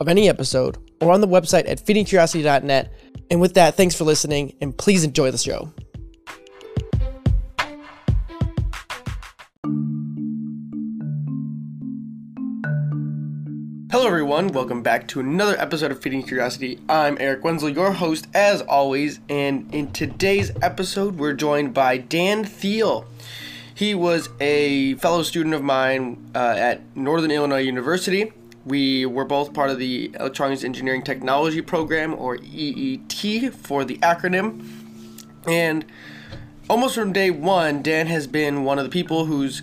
of any episode or on the website at feedingcuriosity.net. And with that, thanks for listening and please enjoy the show. Hello, everyone. Welcome back to another episode of Feeding Curiosity. I'm Eric Wenzel, your host, as always. And in today's episode, we're joined by Dan Thiel. He was a fellow student of mine uh, at Northern Illinois University. We were both part of the Electronics Engineering Technology Program, or EET for the acronym. And almost from day one, Dan has been one of the people who's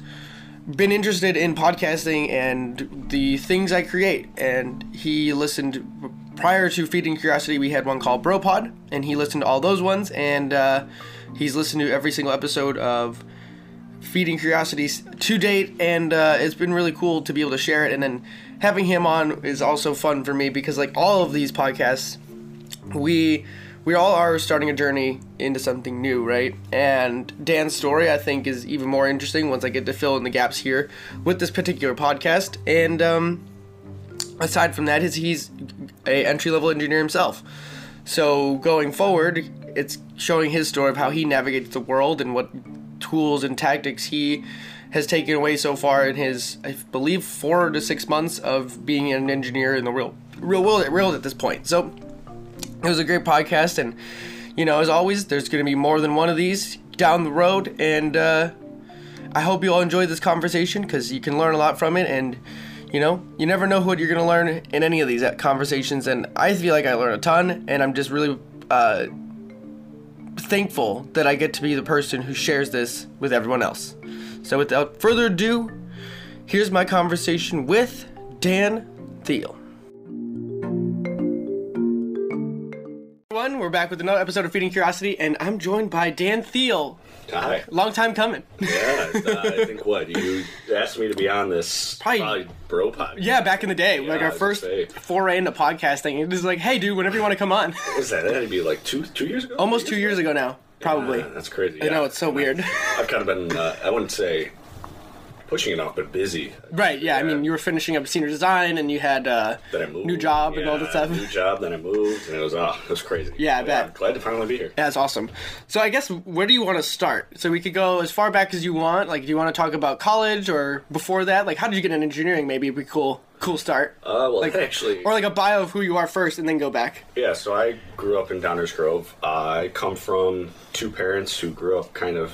been interested in podcasting and the things I create. And he listened prior to Feeding Curiosity. We had one called BroPod, and he listened to all those ones. And uh, he's listened to every single episode of Feeding Curiosity to date. And uh, it's been really cool to be able to share it. And then having him on is also fun for me because, like all of these podcasts, we we all are starting a journey into something new, right? And Dan's story, I think, is even more interesting once I get to fill in the gaps here with this particular podcast. And um, aside from that, is he's a entry level engineer himself. So going forward, it's showing his story of how he navigates the world and what tools and tactics he has taken away so far in his, I believe, four to six months of being an engineer in the real real world, real at this point. So it was a great podcast and you know as always there's going to be more than one of these down the road and uh, i hope you all enjoyed this conversation because you can learn a lot from it and you know you never know what you're going to learn in any of these uh, conversations and i feel like i learned a ton and i'm just really uh, thankful that i get to be the person who shares this with everyone else so without further ado here's my conversation with dan thiel We're back with another episode of Feeding Curiosity, and I'm joined by Dan Thiel. Hi. Long time coming. Yeah, uh, I think what you asked me to be on this Probably- probably, bro podcast. Yeah, back in the day, like I our was first gonna say. foray into podcasting. It was like, hey, dude, whenever you want to come on. What was that? That had to be like two two years ago. Almost two years ago now, probably. Yeah, that's crazy. I know it's so weird. I've kind of been. Uh, I wouldn't say pushing it off, but busy. right? Yeah, I mean, you were finishing up senior design, and you had uh, Then I moved. new job and all that Yeah, stuff. New job, then I moved, and it was oh, it was crazy. Yeah, I But bet. I'm glad to finally be here. That's awesome. So I guess where do you want to start? So we could go as far back as you want. Like, do you want to talk about college or before that? Like, how did you get into engineering? Maybe would be cool. Cool start. Uh, well, like, actually, or like a bio of who you are first, and then go back. Yeah, so I grew up in Downers Grove. I come from two parents who grew up kind of,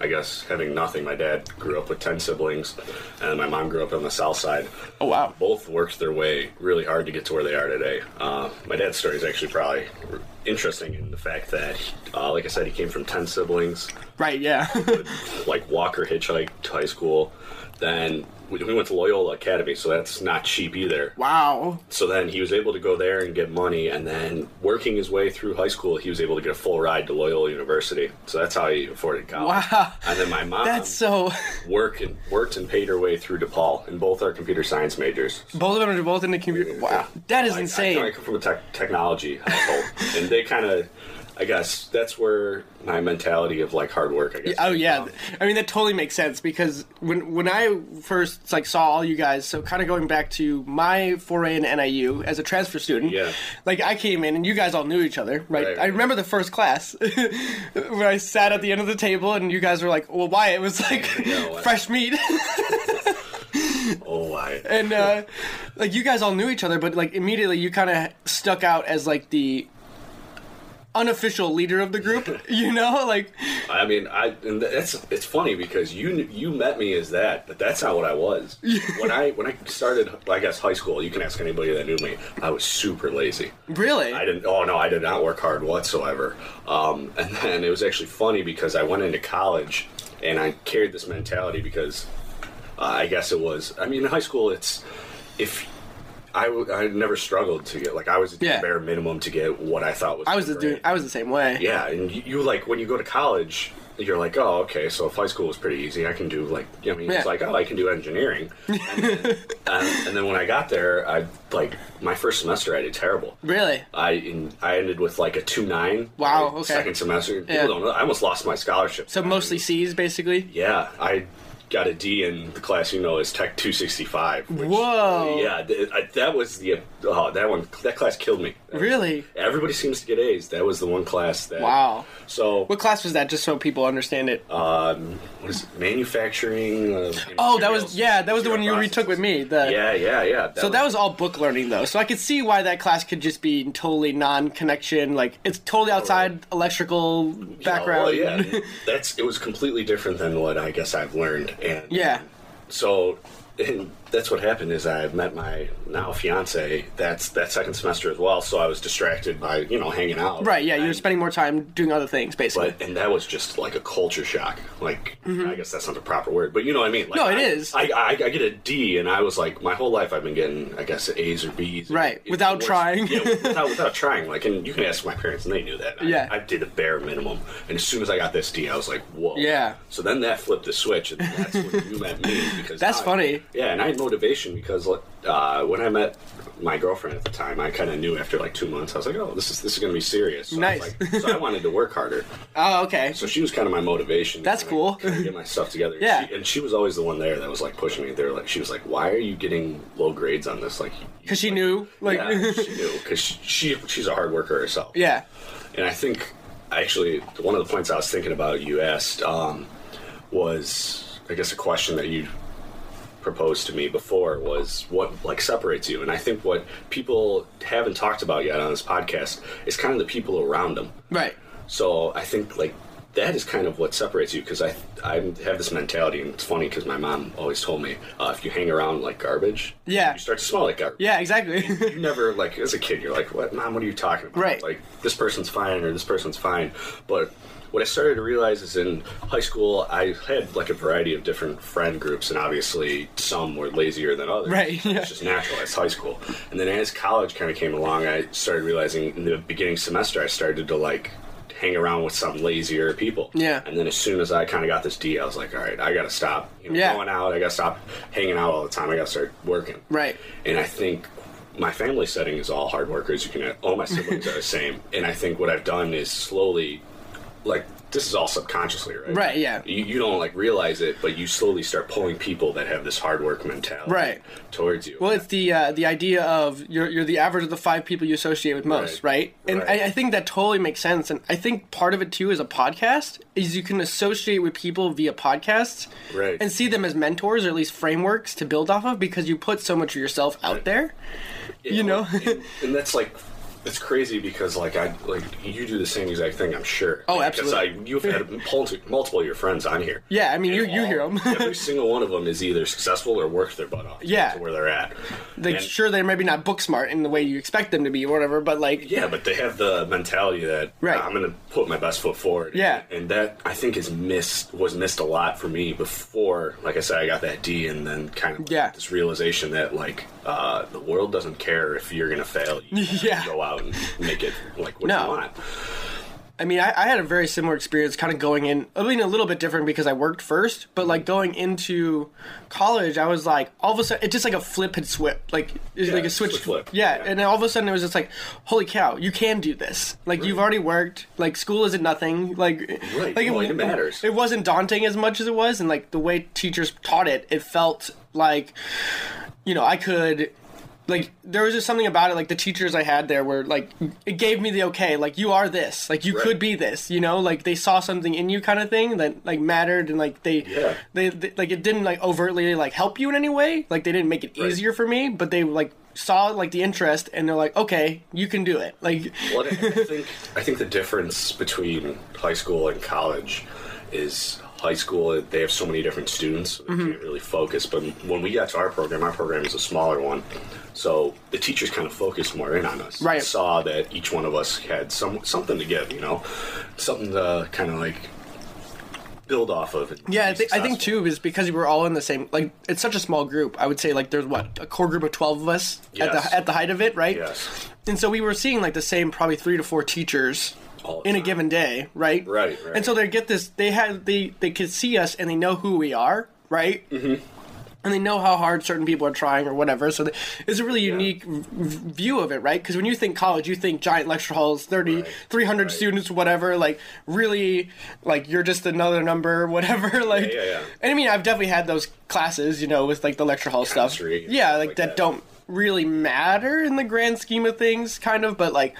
I guess, having nothing. My dad grew up with 10 siblings, and my mom grew up on the south side. Oh wow. Both worked their way really hard to get to where they are today. Uh, my dad's story is actually probably interesting in the fact that, uh, like I said, he came from 10 siblings Right, yeah. like Walker hitchhiked to high school. Then we we went to Loyola Academy, so that's not cheap either. wow. So then he was able to go there and get money, and then working his way through high school, he was able to get a full ride to Loyola University. So that's how he afforded college. Wow. And then my mom That's so. work and worked and paid her way through DePaul, and both are computer science majors. Both of them are both in the computer. Wow. That is I- I- insane. I, come from a tech, technology household, and they kind of, I guess, that's where my mentality of like hard work. I guess. Oh came yeah, from. I mean that totally makes sense because when when I first like saw all you guys, so kind of going back to my foray in NIU as a transfer student, Yeah. like I came in and you guys all knew each other, right? Right. I remember the first class where I sat at the end of the table and you guys were like, "Well, why?" It was like know, I- fresh meat. Oh, I. and uh, like you guys all knew each other, but like immediately you kind of stuck out as like the unofficial leader of the group. You know, like I mean, I and that's it's funny because you kn- you met me as that, but that's not what I was. when I when I started, I guess high school. You can ask anybody that knew me. I was super lazy. really. I didn't. Oh no, I did not work hard whatsoever. Um, and then it was actually funny because I went into college and I carried this mentality because uh, I guess it was. I mean, in high school, it's if I, w- I never struggled to get like I was at Yeah. the bare minimum to get what I thought was. I was the great. dude. I was the same way. Yeah, and you, you like when you go to college, you're like, oh, okay, so if high school was pretty easy. I can do like, I mean, Yeah. it's like, oh, I can do engineering. and, then, um, and then when I got there, I like my first semester, I did terrible. Really? I in, I ended with like a two nine. Wow, okay. Second semester, people Yeah. don't know. I almost lost my scholarship. So mostly C's, basically. Yeah, I got a D in the class you know is Tech 265. Which, Whoa. Yeah, th- I, that was the oh that one that class killed me. Really? Everybody seems to get A's. That was the one class that. Wow. So What class was that? Just so people understand it. um, what is it? manufacturing? Uh, oh, that was materials, yeah. That was the one you material retook with me. processes. The, Yeah, yeah, yeah. So that was all book learning though. So I could see why that class could just be totally non-connection. Like it's totally outside electrical you know, background. Oh, uh, well, yeah, that's it was completely different than what I guess I've learned. And Yeah. so and that's what happened is I met my now fiance that's that second semester as well. So I was distracted by you know hanging out. Right. Yeah. You were And- spending more time doing other things, basically. Mm-hmm. But and that was just like a culture shock. Like I guess that's not the proper word, but you know what I mean. Like, No, it it is. is. I, I, I get a D, and I was like, my whole life I've been getting, I guess, A's or B's, Right, It's without worse- trying. yeah, without, without trying. Like, and you can ask my parents, and they knew that. I- Yeah. I, did the bare minimum, and as soon as I got this D, I was like, whoa. Yeah. So then that flipped the switch, and that's when you met me because That's I- funny. Yeah, and I had motivation because like, uh, when I met my girlfriend at the time, I kind of knew after like two months, I was like, oh, this is this is gonna be serious. So I was Nice. like- so I wanted to work harder. oh, okay. So she was kind of my motivation. That's Kinda- cool. kinda get my stuff together. Yeah. She, and she was always the one there that was like pushing me. They were like, she was like, "Why are you getting low grades on this?" Like, Because she knew, like, yeah, she knew because she she's a hard worker herself. yeah. And I think actually one of the points I was thinking about you asked um, was I guess a question that you proposed to me before was what like separates you and i think what people haven't talked about yet on this podcast is kind of the people around them Right. so I think like that is kind of what separates you because I I have this mentality and it's funny because my mom always told me uh, if you hang around like garbage, Yeah. you start to smell like garbage. Yeah. Exactly. You never like as a kid you're like what mom what are you talking about Right. like this person's fine or this person's fine but what I started to realize is in high school I had like a variety of different friend groups and obviously some were lazier than others Right, yeah. it's just natural as high school and then as college kind of came along I started realizing in the beginning semester I started to like hang around with some lazier people Yeah. and then as soon as I kind of got this D I was like all right I gotta stop you know, Yeah. going out I gotta stop hanging out all the time I gotta start working Right. and I think my family setting is all hard workers. You can all my siblings are the same, and I think what I've done is slowly, like this is all subconsciously, right? Right, yeah. You, you don't like realize it, but you slowly start pulling people that have this hard work mentality, Right. towards you. Well, it's the uh, the idea of you're you're the average of the five people you associate with most, right? Right. And Right. I, I think that totally makes sense. And I think part of it too is a podcast is you can associate with people via podcasts, Right. And see them as mentors or at least frameworks to build off of because you put so much of yourself out there. you know? and, and that's like. It's crazy because like I like you do the same exact thing. I'm sure. Oh, Because I, you've had multi- multiple of your friends on here. Yeah, I mean, And you- you hear all- 'em. every single one of them is either successful or worked their butt off. to Yeah. get to where they're at. Like, And- sure, they're maybe not book smart in the way you expect them to be or whatever, but like, Yeah, but they have the mentality that Right. I'm going to put my best foot forward. Yeah. and that I think is missed was missed a lot for me before. Like I said, I got that D, and then kind of like Yeah. this realization that like uh, the world doesn't care if you're going to fail. You have to Yeah. go out and make it like what No. you want. I mean, I, I had a very similar experience kind of going in. I mean, a little bit different because I worked first, but like going into college, I was like, all of a sudden, it just like a flip had swept. Like, it's Yeah, like a switch switch flip. Yeah, Yeah. And then all of a sudden, it was just like, holy cow, you can do this. Like, you've already worked. Like, school isn't nothing. Like, Right, like well, it matters. It wasn't daunting as much as it was. And like the way teachers taught it, it felt like, you know, I could like there was just something about it like the teachers i had there were like it gave me the okay like you are this like you Right. could be this you know like they saw something in you kind of thing that like mattered and like they, Yeah. they they like it didn't like overtly like help you in any way like they didn't make it Right. easier for me but they like saw like the interest and they're like okay you can do it like Well, I I think I think the difference between high school and college is high school they have so many different students so they Mm-hmm. can't really focus but when we got to our program our program is a smaller one so the teachers kind of focused more in on us Right. saw that each one of us had some something to give you know something to kind of like build off of. and Yeah, be I, think I think successful. too is because we were all in the same. Like it's such a small group. I would say like there's what a core group of twelve of us at Yes. the at the height of it, right? Yes. And so we were seeing like the same probably three to four teachers All the in a time. given day, right? Right, right. And so they get this. They had they they could see us and they know who we are, right? Mm-hmm. And they know how hard certain people are trying or whatever. So they, it's a really unique v- v- view of it, right? Because when you think college, you think giant lecture halls, 30, Right, 300 right. students, whatever. Like really, like you're just another number, whatever. like, yeah, yeah. and I mean, I've definitely had those classes, you know, with like the lecture hall stuff. Chemistry and Yeah, stuff like like that that. don't really matter in the grand scheme of things, kind of. But like,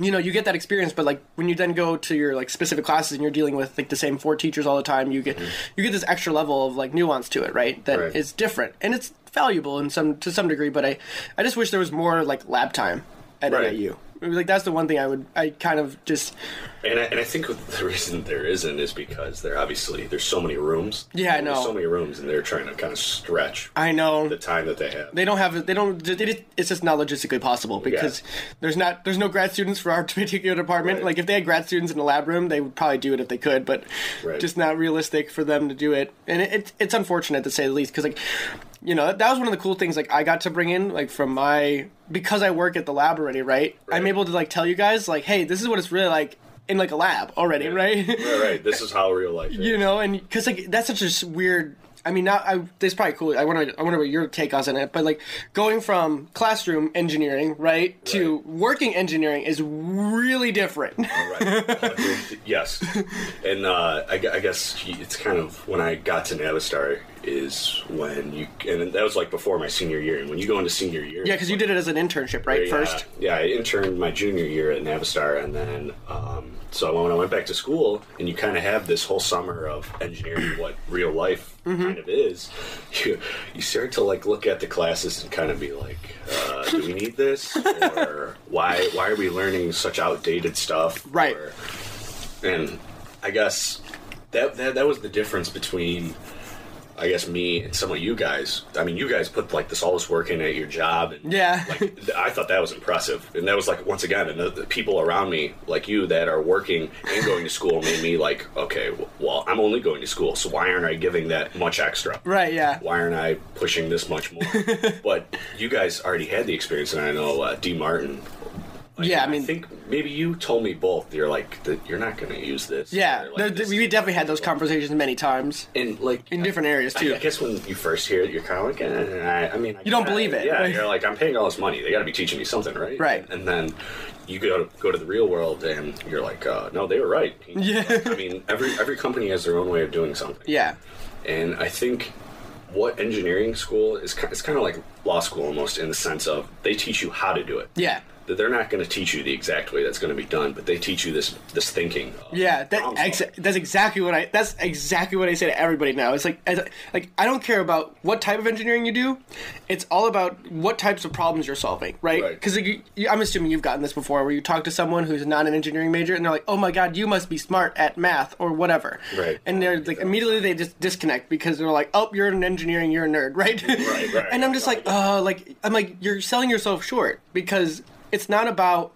you know, you get that experience. But like, when you then go to your like specific classes and you're dealing with like the same four teachers all the time, you get you get this extra level of like nuance to it, right? That is Mm-hmm. Right. different and it's valuable in some to some degree. But I I just wish there was more like lab time at Right. NIU. Like that's the one thing I would I kind of just And I, and I think the reason there isn't is because there obviously there's so many rooms. Yeah, I There's know. so many rooms, and they're trying to kind of stretch I know the time that they have. they don't have they don't they just- it's just not logistically possible because there's not there's no grad students for our particular department Right. like if they had grad students in the lab room they would probably do it if they could but Right. just not realistic for them to do it and it, it's it's unfortunate to say the least because like you know that was one of the cool things like i got to bring in like from my because i work at the lab already right, i'm Right. able to like tell you guys like hey this is what it's really like in like a lab already right Right, right. This is how real life is. you know, and because like that's such a s- weird. I mean, not I. This is probably cool. I want to. I wonder what your take on it. But like going from classroom engineering right to Right. working engineering is really different. right. yes. And uh, I, gu- I guess it's kind of when I got to Navistar is when you, and that was like before my senior year. And when you go into senior year, yeah, because you did it as an internship, right? First. Yeah, I interned my junior year at Navistar, and then um, so when I went back to school, and you kind of have this whole summer of engineering what real life Mm-hmm. kind of is. You you start to like look at the classes and kind of be like, uh, do we need this, or why why are we learning such outdated stuff? Right. Or- and I guess that, that that was the difference between. I guess me and some of you guys. I mean, you guys put like this all this work in at your job, and Yeah. like Th- I thought that was impressive, and that was like once again, and the, the people around me, like you, that are working and going to school, made me like, okay, w- well, I'm only going to school, so why aren't I giving that much extra? Right. Yeah. Why aren't I pushing this much more? but you guys already had the experience, and I know uh, D. Martin. like, Yeah, I mean- think maybe you told me both. You're like, that you're not going to use this. Yeah. Or, like, there- this- we definitely had those conversations many times and like in different areas too. I guess when you first hear it, you're kind of like, eh, I, I mean, I You don't get believe it, Yeah, right? you're like, I'm paying all this money. They got to be teaching me something, right? Right. And then you go to, go to the real world, and you're like, uh, no, they were right. Yeah. I mean, every every company has their own way of doing something. Yeah. And I think what engineering school is, ki- it's kind of like law school almost in the sense of they teach you how to do it. Yeah. That they're not going to teach you the exact way that's going to be done, but they teach you this this thinking. of Yeah, that, problem solving. ex- that's exactly what I. That's exactly what I say to everybody now. It's like, as, like I don't care about what type of engineering you do. It's all about what types of problems you're solving, right? Right. Because I'm assuming you've gotten this before, where you talk to someone who's not an engineering major, and they're like, "Oh my god, you must be smart at math or whatever," Right. And they're like, immediately they just disconnect because they're like, "Oh, you're an engineering, you're a nerd," right? Right, right. and I'm just like, uh, like I'm like, you're selling yourself short because it's not about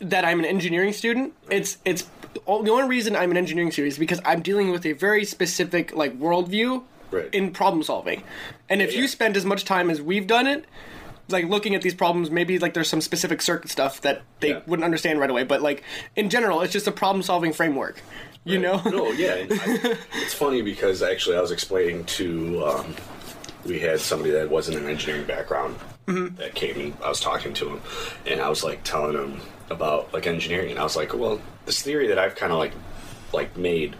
that I'm an engineering student. It's it's all, the only reason I'm an engineering student is because I'm dealing with a very specific like worldview Right. in problem solving, and if you yeah. spend as much time as we've done it, like looking at these problems, maybe like there's some specific circuit stuff that they Yeah. wouldn't understand right away. But like in general, it's just a problem solving framework, you Right. know? no, yeah. and I, it's funny because actually I was explaining to um, we had somebody that wasn't an engineering background Mm-hmm. that came and I was talking to him, and I was like telling him about like engineering, and I was like, well, this theory that I've kind of like like made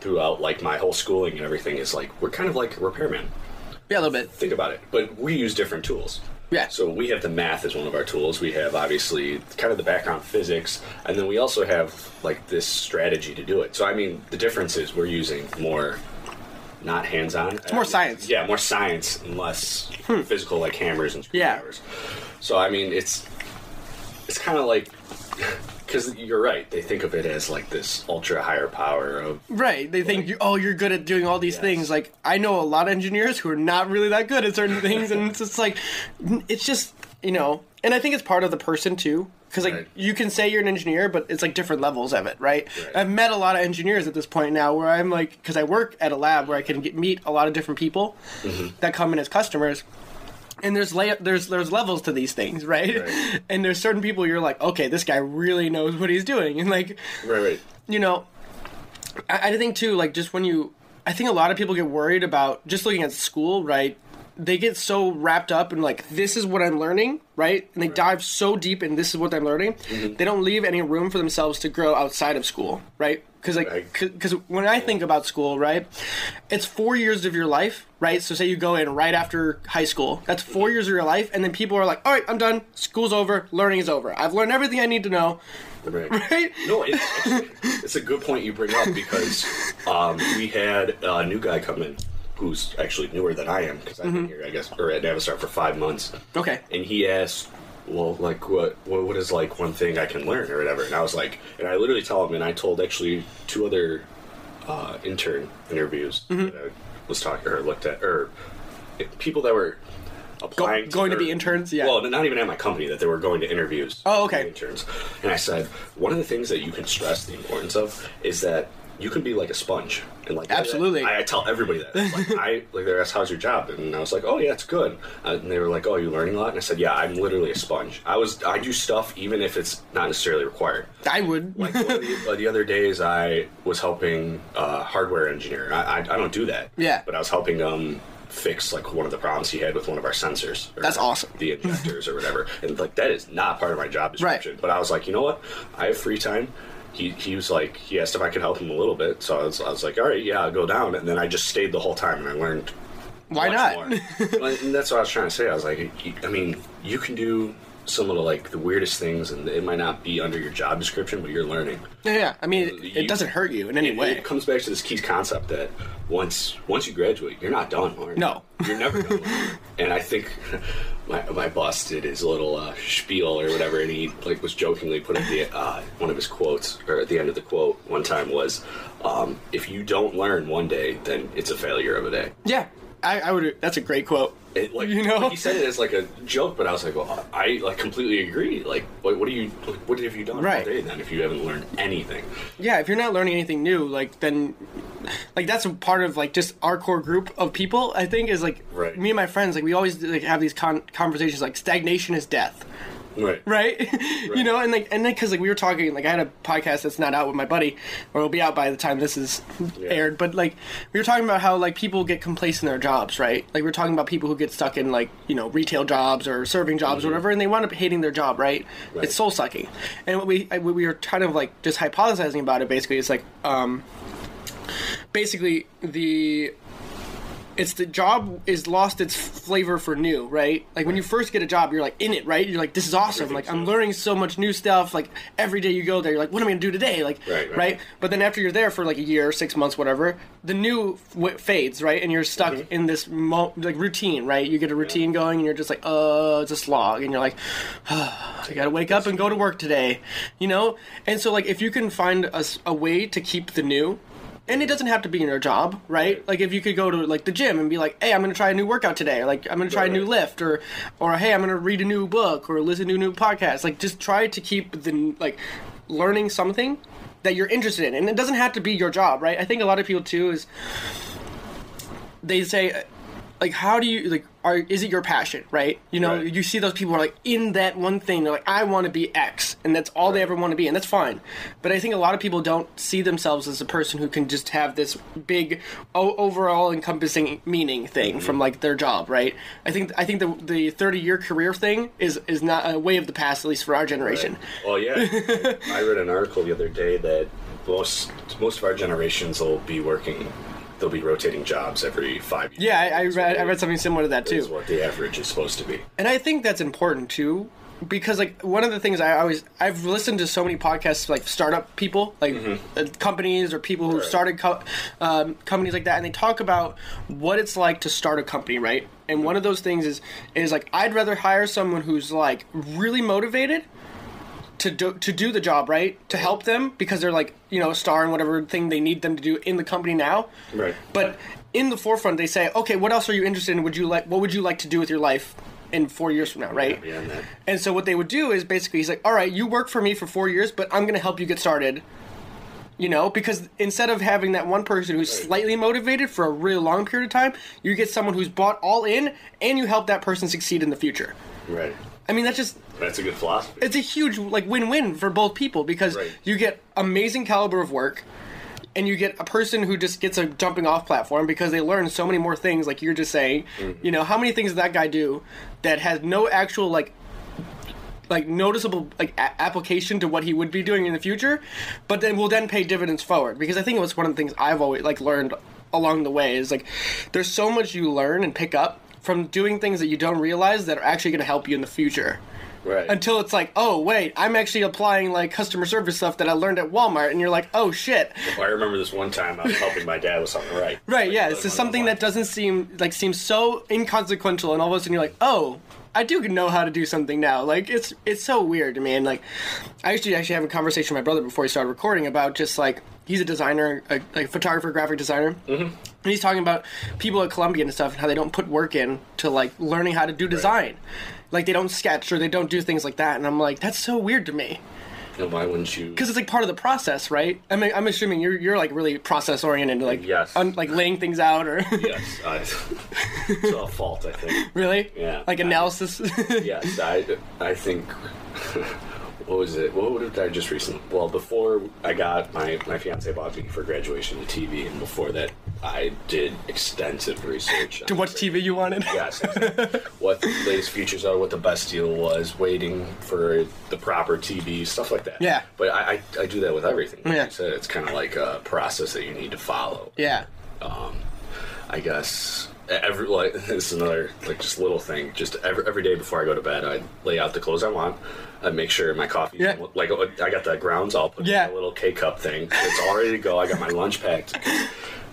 throughout like my whole schooling and everything is like we're kind of like repairmen yeah, a little bit. think about it. But we use different tools. Yeah. So we have the math as one of our tools. We have obviously kind of the background physics, and then we also have like this strategy to do it. So I mean, the difference is we're using more not hands-on. It's more science. Yeah, more science and less physical, like hammers and Yeah. screwdrivers. So I mean, it's it's kind of like because you're right. They think of it as like this ultra higher power of Right. They think, you, oh, you're good at doing all these Yes. things. Like, I know a lot of engineers who are not really that good at certain things. And it's just like, it's just, you know, and I think it's part of the person too. because like Right. you can say you're an engineer but it's like different levels of it right, Right. i've met a lot of engineers at this point now where i'm like because i work at a lab where i can get, meet a lot of different people Mm-hmm. that come in as customers and there's lay- there's there's levels to these things right? Right. and there's certain people you're like okay this guy really knows what he's doing and like Right, right. you know, I, I think too, like just when you, I think a lot of people get worried about just looking at school, right? They get so wrapped up in like this is what I'm learning, right? And they dive so deep in this is what I'm learning, they don't leave any room for themselves to grow outside of school, right? Because like, Right. because when I think about school, right, it's four years of your life, right? So say you go in right after high school, that's 4 years of your life, and then people are like, all right, I'm done, school's over, learning is over, I've learned everything I need to know, Right. right? No, it, it's, it's a good point you bring up because um, we had a new guy come in who's actually newer than I am because I've been here, I guess, or at Navistar for five months. Okay. And he asked, "Well, like, what, what, what is like one thing I can learn or whatever?" And I was like, and I literally tell him, and I told actually two other uh, intern interviews Mm-hmm. that I was talking or looked at or people that were. Applying going to or- be interns? Yeah. Well, not even at my company that they were going to interviews. Oh, okay. Interns, and I said one of the things that you can stress the importance of is that you can be like a sponge and like Absolutely. I, I tell everybody that like, I like they asked how's your job and I was like oh yeah it's good Uh, and they were like oh you're learning a lot and I said yeah I'm literally a sponge I was I do stuff even if it's not necessarily required I would. like one of the, uh, the other days I was helping uh, hardware engineer I, I I don't do that Yeah. but I was helping um fix like one of the problems he had with one of our sensors or That's awesome. the injectors or whatever. And like that is not part of my job description. Right. But I was like, you know what? I have free time. He, he was like he asked if I could help him a little bit, so I was, I was like, all right, yeah, I'll go down. And then I just stayed the whole time, and I learned. Why not? much More. Well, and that's what I was trying to say. I was like, I mean, you can do some of the like the weirdest things, and it might not be under your job description, but you're learning. Yeah, yeah. I mean, it, it You- doesn't hurt you in any It- way. It comes back to this key concept that once once you graduate, you're not done. Lauren. No. you're never done. Lauren. and I think my, my boss did his little uh, spiel or whatever, and he like was jokingly put at the uh, one of his quotes or at the end of the quote one time was, um, "If you don't learn one day, then it's a failure of a day." Yeah, I, I would. That's a great quote. It, like You know? he said it as like a joke, but I was like, well, I like completely agree. Like, what, what do you, what have you done Right. all day then if you haven't learned anything? Yeah, if you're not learning anything new, like then, like that's a part of like just our core group of people. I think is like Right. me and my friends. Like we always like have these con- conversations. Like stagnation is death. Right, right? you know, and like, and then because like we were talking, like I had a podcast that's not out with my buddy, or it'll be out by the time this is Yeah. aired. But like, we were talking about how like people get complacent in their jobs, right? Like we are talking about people who get stuck in like you know retail jobs or serving jobs or whatever, and they wind up hating their job, right? Mm-hmm. Right. It's soul sucking. And what we I, what we were kind of like just hypothesizing about it basically is like, um, basically the it's the job is lost its flavor for new, right? Like when you first get a job, you're like in it, right? You're like, this is awesome. Like I'm Everything's new. learning so much new stuff. Like every day you go there, you're like, what am I gonna do today? Like, Right, right. But then after you're there for like a year, six months, whatever, the new w- fades, right? And you're stuck Mm-hmm. in this mo- like routine, right? You get a routine going, and you're just like, uh, it's a slog, and you're like, I gotta wake up and go to work today, you know? And so, like, if you can find a, s- a way to keep the new, and it doesn't have to be in your job, right? Like, if you could go to, like, the gym and be like, hey, I'm gonna try a new workout today, or, like, I'm gonna try a new Right. lift, or, or hey, I'm gonna read a new book, or listen to a new podcast. Like, just try to keep the, n- like, learning something that you're interested in. And it doesn't have to be your job, right? I think a lot of people, too, is they say uh, like how do you like are is it your passion right you know Right. you see those people who are like in that one thing they're like i want to be x and that's all they ever want to be and that's fine but i think a lot of people don't see themselves as a person who can just have this big o- overall encompassing meaning thing from like their job right i think i think the the 30 year career thing is is not a way of the past at least for our generation Well, yeah, I read an article the other day that most most of our generations will be working. They'll be rotating jobs every five years. yeah I, I read i read something similar to that too Is what the average is supposed to be. and I think that's important too, because like one of the things I always I've listened to so many podcasts like startup people, like uh, companies or people who Right. started co- um, companies like that, and they talk about what it's like to start a company, right? And one of those things is is like I'd rather hire someone who's like really motivated to do, to do the job right to help them because they're like you know a star in whatever thing they need them to do in the company now Right. but in the forefront they say okay what else are you interested in would you like what would you like to do with your life in four years from now, right? Yeah, man. And so what they would do is basically he's like, all right, you work for me for four years, but I'm going to help you get started. You know, because instead of having that one person who's slightly motivated for a really long period of time, you get someone who's bought all in and you help that person succeed in the future. Right. I mean, that's just That's a good philosophy. it's a huge like win-win for both people because Right. you get amazing caliber of work and you get a person who just gets a jumping off platform because they learn so many more things like you're just saying you know how many things does that guy do that has no actual like like noticeable like a- application to what he would be doing in the future but then will then pay dividends forward because i think it was one of the things i've always like learned along the way is like there's so much you learn and pick up from doing things that you don't realize that are actually going to help you in the future right. until it's like, oh wait, I'm actually applying like customer service stuff that I learned at Walmart, and you're like, oh shit, Well, I remember this one time I was helping my dad with something. Right. right? Like, Yeah, like, it's just one of something those that doesn't seem like seems so inconsequential, and all of a sudden you're like, oh, I do know how to do something now. Like it's it's so weird, man. Like I actually actually have a conversation with my brother before he started recording about just like he's a designer, a, a photographer, graphic designer. Mm-hmm. And he's talking about people at Columbia and stuff and how they don't put work in to like learning how to do design. Like they don't sketch or they don't do things like that, and I'm like, that's so weird to me. lines. And why wouldn't you? because it's like part of the process, right? I mean, I'm assuming you're you're like really process oriented, like Yes. un- like laying things out or yes, I, it's all fault. I think. really, Yeah. like analysis. Yes, I. I think. What was it? What did I just recently? Well, before I got my my fiance bought me for graduation a TV, and before that, I did extensive research to what TV you wanted? Yes. what the latest features are, what the best deal was, waiting for the proper TV, stuff like that. Yeah. But I, I, I do that with everything. Like Yeah. you said, it's kind of like a process that you need to follow. Yeah. I guess e-, every like this is another like just little thing. Just every every day before I go to bed, I lay out the clothes I want. I make sure my coffee, Yeah. like uh, I got the grounds all put Yeah. in a little K cup thing. It's all ready to go. I got my lunch packed.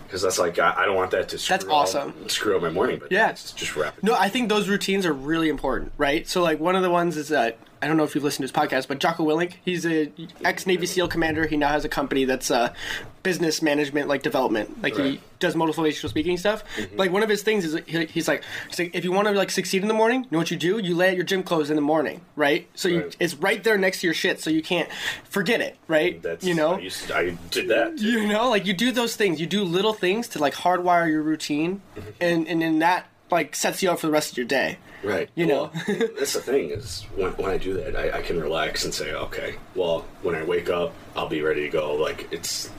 Because that's like I, I don't want that to screw That's up- awesome. screw up my morning, but Yeah. it's just rapid. No, I think those routines are really important, right? So like one of the ones is that I don't know if you've listened to his podcast, but Jocko Willink, he's a ex Navy SEAL commander. He now has a company that's uh, business management, like development. Like he Right. Mm-hmm. does motivational speaking stuff. Like one of his things is he- he's like, he's like, if you want to like succeed in the morning, you know what you do? You lay out your gym clothes in the morning, right? So you, Right. it's right there next to your shit, so you can't forget it, right? That's you know, I, used to- I did that. too. you know like you do those things you do little things to like hardwire your routine Mm-hmm. and and then that like sets you up for the rest of your day Right. You know. Well, that's the thing is when, when I do that, I, I can relax and say, okay, well, when I wake up, I'll be ready to go. Like it's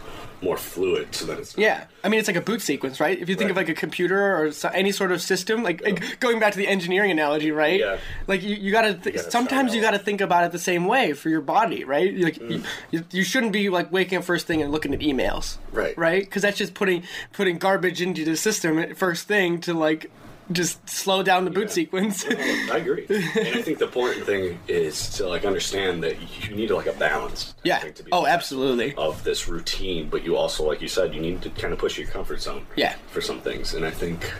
more fluid, so that it's yeah i mean it's like a boot sequence right if you think of Right. like a computer or so, any sort of system like, like, going back to the engineering analogy right Yeah. like you, you gotta, th- gotta sometimes try you it out. Mm. gotta think about it the same way for your body right You- like you- you, you shouldn't be like waking up first thing and looking at emails Right. right because that's just putting putting garbage into the system at first thing to like just slow down the boot Yeah. sequence I agree, and I think the important thing is to like understand that you need like a balance. I yeah think, to be oh absolutely of this routine, but you also, like you said, you need to kind of push your comfort zone. Yeah. For some things, and I think,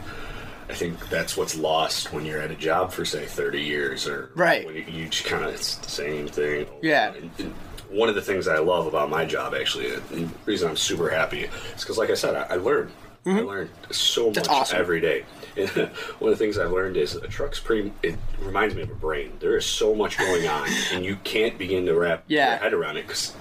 I think that's what's lost when you're at a job for say 30 years or Right. When you, you just kind of it's the same thing. Yeah. And- and one of the things I love about my job, actually, and the reason I'm super happy is because, like I said, I, I learn. I learn so much Mm-hmm. awesome. every day. And one of the things I've learned is a truck's pretty. It reminds me of a brain. There is so much going on, and you can't begin to wrap Yeah. your head around it because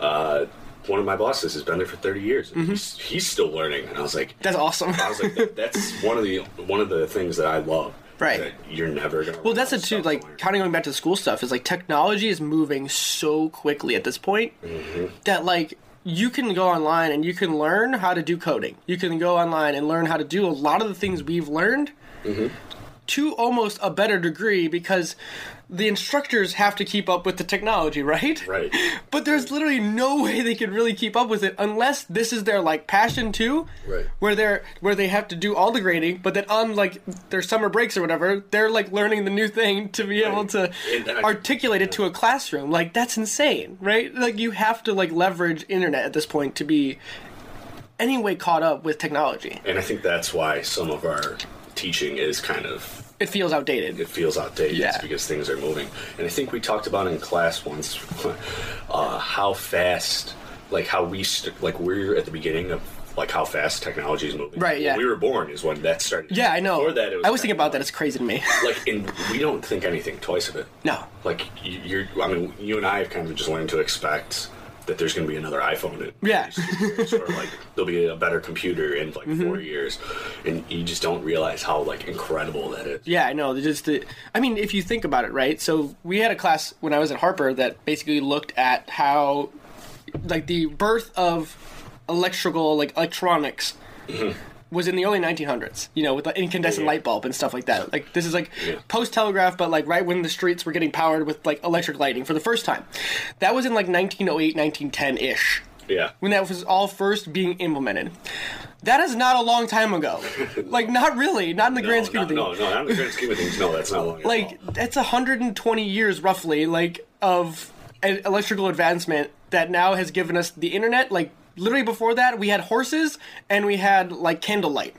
uh, one of my bosses has been there for 30 years. Mm-hmm. And he's, he's still learning, and I was like, That's awesome. I was like, that, that's one of the one of the things that I love. Right. That you're never gonna. Well, that's it too. Like, kind of going back to the school stuff is like technology is moving so quickly at this point Mm-hmm. that like you can go online and you can learn how to do coding. You can go online and learn how to do a lot of the things we've learned Mm-hmm. to almost a better degree because the instructors have to keep up with the technology, right? Right. But there's literally no way they could really keep up with it unless this is their like passion too, Right. where they're where they have to do all the grading, but then on like their summer breaks or whatever, they're like learning the new thing to be able to And I- articulate it to a classroom. Like that's insane, right? Like you have to like leverage internet at this point to be any way caught up with technology. And I think that's why some of our teaching is kind of It feels outdated. it feels outdated Yeah. because things are moving. And I think we talked about in class once uh, how fast, like how we st- like we're at the beginning of like how fast technology is moving. Right, yeah. When we were born is when that started. Yeah, I know. Before that, it was I was kinda thinking about that. It's crazy to me. Like, and we don't think anything twice of it. no. Like you- you're, I mean, you and I have kind of just learned to expect that there's going to be another iPhone. In, Yeah. Mm-hmm. sort of like there'll be a better computer in like four years, and you just don't realize how like incredible that is. Yeah, I know. They're Just the, I mean, if you think about it, right? So we had a class when I was at Harper that basically looked at how, like, the birth of electrical, like electronics, was in the early 1900s. You know, with the incandescent Mm-hmm. Yeah. light bulb and stuff like that. Like this is like Yeah. post telegraph, but like right when the streets were getting powered with like electric lighting for the first time. That was in like 1908, 1910 ish. Yeah. When that was all first being implemented. That is not a long time ago. Like, not really. Not in the grand scheme no, of things no, no, not in the grand scheme of things. No, that's not long. at all. like that's 120 years roughly like of an electrical advancement that now has given us the internet like literally before that we had horses and we had like candlelight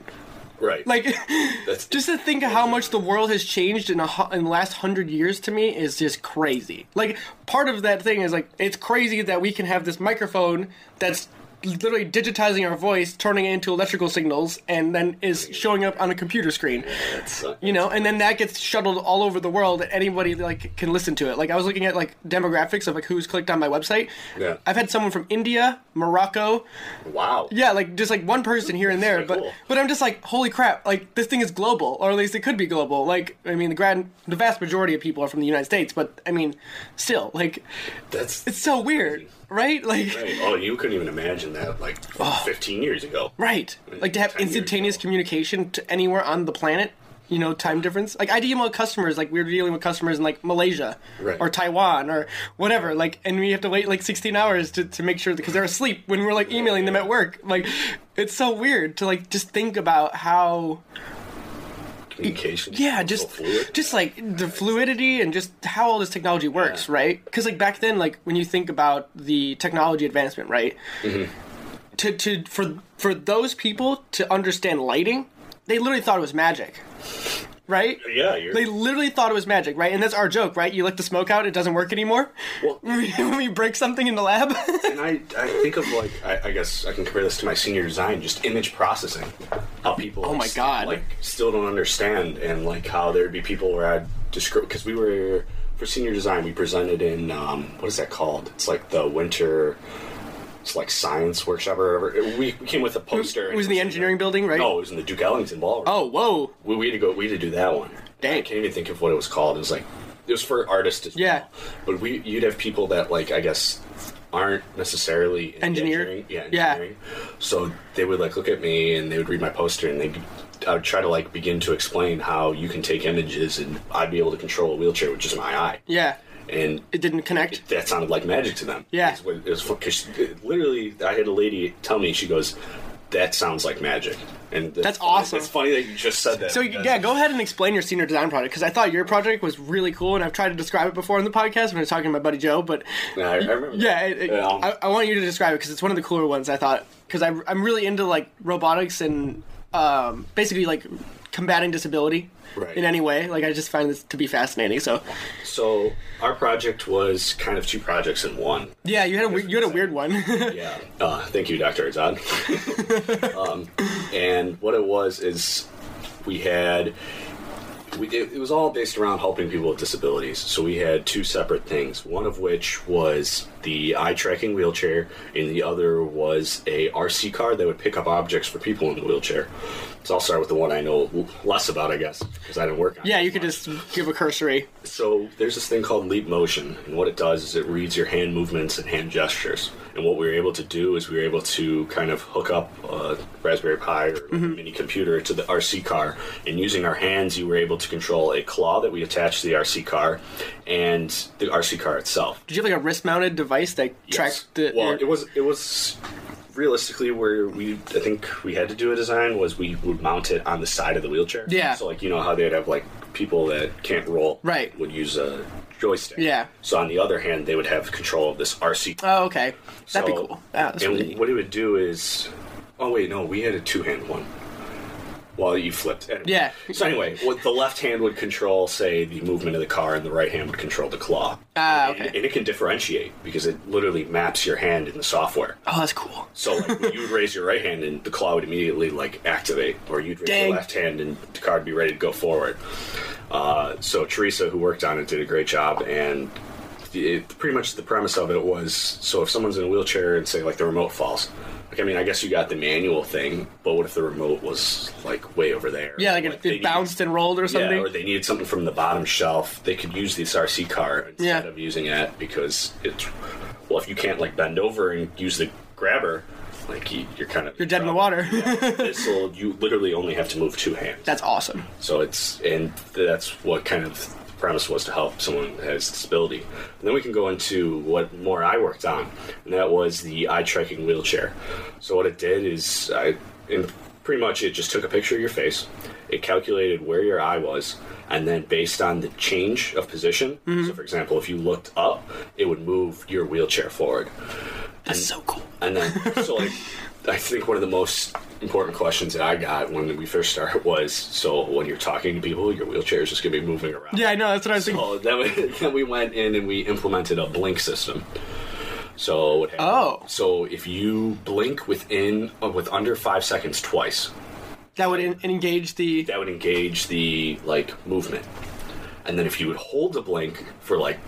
right, like that's just to think of how much the world has changed in, a, hu- in the last 100 years to me is just crazy like part of that thing is like it's crazy that we can have this microphone that's literally digitizing our voice turning it into electrical signals and then is showing up on a computer screen that's, uh, you know and then that gets shuttled all over the world and anybody like can listen to it like i was looking at like demographics of like who's clicked on my website Yeah. i've had someone from india morocco wow. yeah like just like one person here and there That's but cool. but i'm just like holy crap like this thing is global or at least it could be global like i mean the grand the vast majority of people are from the united states but i mean still like that's it's so weird right like Right. Oh, you couldn't even imagine that like 15 years ago. Oh. Right. Like to have 10 years instantaneous ago. communication to anywhere on the planet, you know, time difference. Like I deal with customers, like we we're dealing with customers in like Malaysia Right. or Taiwan or whatever. Like, and we have to wait like 16 hours to, to make sure because they're asleep when we're like emailing them at work. Like, it's so weird to like just think about how Communication. yeah was so just fluid. just like the fluidity and just how all this technology works right because like back then like when you think about the technology advancement right Mm-hmm. to to for for those people to understand lighting they literally thought it was magic right yeah. You're, they literally thought it was magic right and that's our joke right you let the smoke out it doesn't work anymore well, when we break something in the lab and I, I think of like I, I guess I can compare this to my senior design, just image processing. How people oh my God. like still don't understand, and like how there'd be people where I'd describe because we were for senior design we presented in um, what is that called? It's like the winter. It's like science workshop or whatever. We, we came with a poster. and It was in the engineering building, right? No, it was in the Duke Ellington ballroom. oh whoa We, we had to go. We had to do that one. Dang. I can't even think of what it was called. It was like it was for artists. As Yeah. Well. But we, you'd have people that like I guess aren't necessarily in Engineer? engineering. Yeah. Yeah. Engineering. So they would like look at me and they would read my poster and they. would I would try to like begin to explain how you can take images and I'd be able to control a wheelchair with just my eye. yeah And it didn't connect that sounded like magic to them. Yeah. It's what- It was, because literally, I had a lady tell me, she goes, that sounds like magic. And That's awesome. It's funny that you just said that. So because- yeah, go ahead and explain your senior design project because I thought your project was really cool, and I've tried to describe it before on the podcast when I was talking to my buddy Joe. But Yeah, I, I remember. yeah, it, it- Um, I, I want you to describe it because it's one of the cooler ones I thought because I'm I'm really into like robotics and um, basically like combating disability Right. in any way. Like I just find this to be fascinating. So so our project was kind of two projects in one. yeah, you had a we- you had a weird one. Yeah. Uh, thank you, Dr. Azad. um, and what it was is we had. We, it, it was all based around helping people with disabilities. So we had two separate things. One of which was the eye tracking wheelchair, and the other was a RC car that would pick up objects for people in the wheelchair. So I'll start with the one I know l- less about, I guess, because I didn't work on. it yeah, as you could much. just give a cursory. So there's this thing called leap motion, and what it does is it reads your hand movements and hand gestures. And what we were able to do is we were able to kind of hook up a Raspberry Pi or mini computer to the RC car, and using our hands, you were able to control a claw that we attached to the RC car and the RC car itself. Did you have like a wrist mounted device that Yes. tracked the? well your- it was it was realistically where we i think we had to do a design was we would mount it on the side of the wheelchair Yeah. so like you know how they'd have like people that can't roll Right. would use a joystick Yeah. so on the other hand they would have control of this rc oh okay, that'd So- be cool. Yeah, that's and really neat. what it would do is oh wait no we had a two-hand one Well, you flipped. Anyway. Yeah. So anyway, what the left hand would control, say, the movement of the car, and the right hand would control the claw. Ah, And- okay. And, it can differentiate because it literally maps your hand in the software. Oh, that's cool. So like, when you would raise your right hand, and the claw would immediately like activate, or you'd raise Dang. your left hand, and the car would be ready to go forward. Uh, so Teresa, who worked on it, did a great job, and it, pretty much the premise of it was: so if someone's in a wheelchair and say like the remote falls. Like, I mean, I guess you got the manual thing, but what if the remote was like way over there? Yeah, like it, they it need- bounced and rolled or something. yeah, or they needed something from the bottom shelf. They could use this RC car instead Yeah. of using it because it's well, if you can't like bend over and use the grabber, like you, you're kind of You're dead in the problem. water. yeah. This will you literally only have to move two hands. That's awesome. so it's and that's what kind of the premise was to help someone that has a disability. And then we can go into what more I worked on, and that was the eye tracking wheelchair. So what it did is I in pretty much it just took a picture of your face. It calculated where your eye was, and then based on the change of position. So, for example, if you looked up, it would move your wheelchair forward. That's so cool. And then, so like, I think one of the most important questions that I got when we first started was, so when you're talking to people, your wheelchair is just going to be moving around. Yeah, I know. That's what I was thinking. So then we, then we went in and we implemented a blink system. So what happened- Oh. so if you blink within uh, with under five seconds twice, That would en- engage the. that would engage the like movement. And then if you would hold the blink for like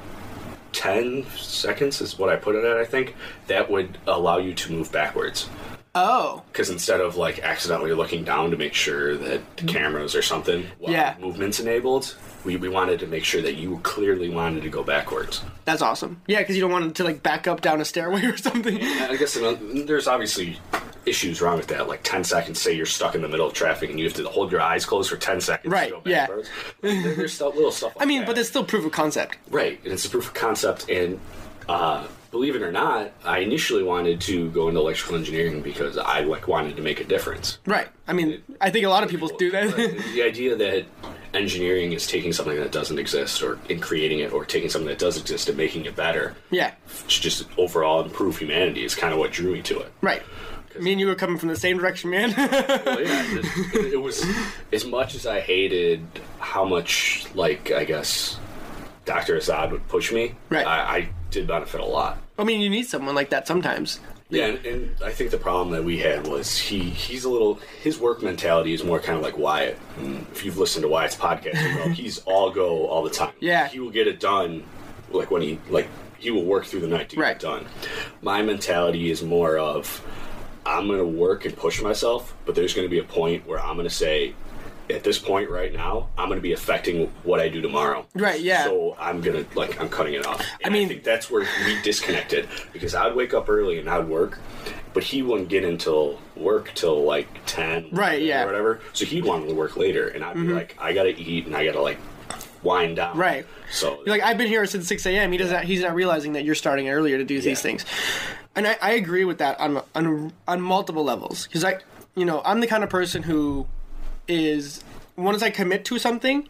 10 seconds is what I put it at, I think, that would allow you to move backwards. Oh, Because instead of like accidentally looking down to make sure that the cameras or something, Mm-hmm. while Yeah. movement's enabled, we, we wanted to make sure that you clearly wanted to go backwards. that's awesome. Yeah, because you don't want it to like back up down a stairway or something. And I guess another, there's obviously issues wrong with that. Like 10 seconds, say you're stuck in the middle of traffic and you have to hold your eyes closed for 10 seconds Right, to go yeah. backwards. Like, there- there's stuff, little stuff I like mean, that. but it's still proof of concept. Right, and it's a proof of concept. And uh, believe it or not, I initially wanted to go into electrical engineering because I like wanted to make a difference. Right. I mean, I think a lot of people do that. But the idea that engineering is taking something that doesn't exist, or in creating it, or taking something that does exist and making it better, yeah. to just overall improve humanity is kind of what drew me to it. Right. Me and you were coming from the same direction, man. Well, yeah, it, it was as much as I hated how much, like I guess, Doctor Assad would push me. Right. I, I did benefit a lot. I mean, you need someone like that sometimes. Yeah, and, and I think the problem that we had was he he's a little his work mentality is more kind of like Wyatt. And if you've listened to Wyatt's podcast, you know, he's all go all the time. Yeah. he will get it done. Like when he like he will work through the night to get Right. it done. My mentality is more of I'm going to work and push myself, but there's going to be a point where I'm going to say. At this point, right now, I'm going to be affecting what I do tomorrow. Right, yeah. So I'm gonna like I'm cutting it off. And I mean- think that's where we disconnected because I'd wake up early and I'd work, but he wouldn't get into work till like ten, Right, yeah. Mm-hmm. or whatever. So he wanted to work later, and I'd be like, I gotta eat and I gotta like wind down, Right. So You're like, I've been here since 6 a.m. He doesn't. He's not realizing that you're starting earlier to do these things, and I, I agree with that on on, on multiple levels because I, you know, I'm the kind of person who is once I commit to something,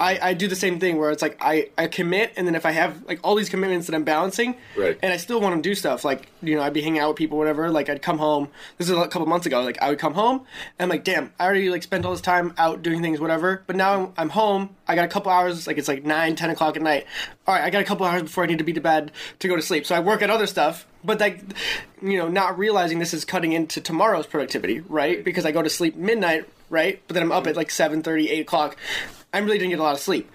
I, I do the same thing where it's like I, I commit and then if I have like all these commitments that I'm balancing, Right. and I still want to do stuff like you know I'd be hanging out with people whatever like I'd come home this is a couple months ago like I would come home and I'm like damn I already like spent all this time out doing things whatever but now I'm, I'm home I got a couple hours like it's like nine ten o'clock at night all right I got a couple hours before I need to be to bed to go to sleep so I work at other stuff but like you know not realizing this is cutting into tomorrow's productivity right because I go to sleep midnight right? But then I'm up at like 7:30, 8 o'clock. I really didn't get a lot of sleep.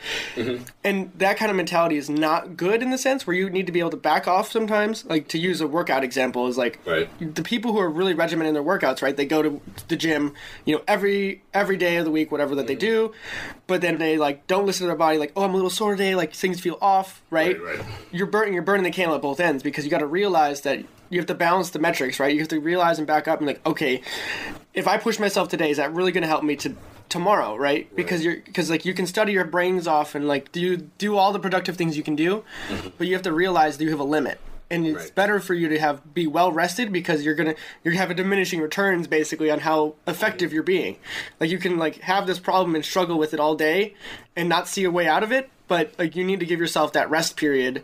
And that kind of mentality is not good in the sense where you need to be able to back off sometimes. Like to use a workout example is like Right. the people who are really regimented in their workouts, right? They go to the gym, you know, every every day of the week, whatever that they Mm-hmm. do, but then they like don't listen to their body, like, oh, I'm a little sore today, like things feel off, right? Right, right. You're burning you're burning the candle at both ends because you got to realize that you have to balance the metrics, right? You have to realize and back up and like, okay, if I push myself today, is that really going to help me to tomorrow, right? Because you're because like you can study your brains off and like do do all the productive things you can do, but you have to realize that you have a limit, and it's Right. better for you to have be well rested because you're gonna you have a diminishing returns basically on how effective you're being. Like you can like have this problem and struggle with it all day, and not see a way out of it, but like you need to give yourself that rest period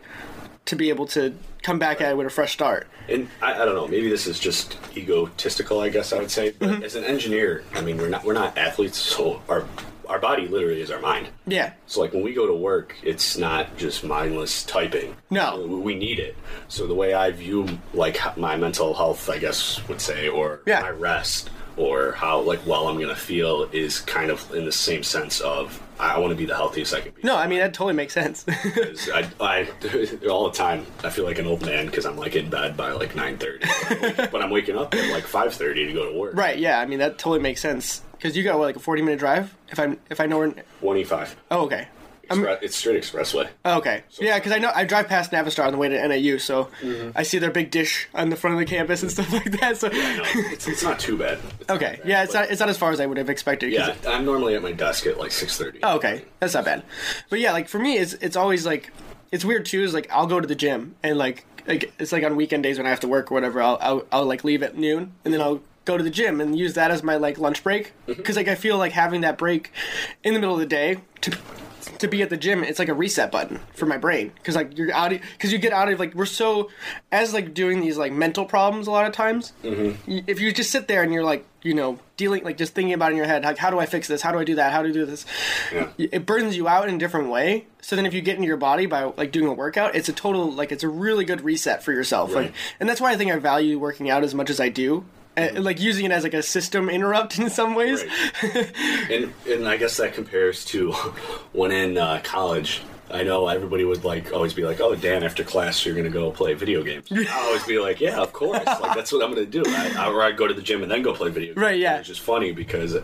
to be able to come back at it with a fresh start. and I, I don't know. Maybe this is just egotistical. I guess I would say, but Mm-hmm. as an engineer, I mean, we're not we're not athletes, so our our body literally is our mind. Yeah. So like when we go to work, it's not just mindless typing. No. We- we need it. So the way I view like h- my mental health, I guess would say, or Yeah. my rest, or how like well I'm gonna feel is kind of in the same sense of I want to be the healthiest I can be. No, I mean that totally makes sense. 'Cause I, I all the time I feel like an old man because I'm like in bed by like nine thirty, but I'm waking up at like five thirty to go to work. right? Yeah, I mean that totally makes sense because you got what, like a forty-minute drive. If I'm, if I know where. Twenty five. Oh, okay. I'm- It's straight expressway. oh, okay. Yeah, because I know I drive past Navistar on the way to NAU, so I see their big dish on the front of the campus and stuff like that. So. No, it's, it's not too bad. It's not Okay. bad, Yeah, it's but- not, it's not as far as I would have expected. 'cause Yeah, I'm normally at my desk at like six thirty. Oh, okay, that's not bad. But yeah, like for me, it's it's always like it's weird too. Is like I'll go to the gym and like, like it's like on weekend days when I have to work or whatever. I'll I'll, I'll like leave at noon and then I'll go to the gym and use that as my like lunch break because like I feel like having that break in the middle of the day to to be at the gym it's like a reset button for my brain because like you're out because you get out of like we're so as like doing these like mental problems a lot of times y- if you just sit there and you're like you know dealing like just thinking about it in your head like how do i fix this how do i do that how do i do this Yeah. it burns you out in a different way so then if you get into your body by like doing a workout it's a total like it's a really good reset for yourself Right. like and that's why i think i value working out as much as i do and, like using it as like a system interrupt in some ways Mm-hmm. Right. and and I guess that compares to when in uh, college. I know everybody would like always be like, "Oh, Dan, after class you're gonna go play video games." I always be like, "Yeah, of course. Like that's what I'm gonna do." I, I, or I'd go to the gym and then go play video games. Right, yeah. It's just funny because.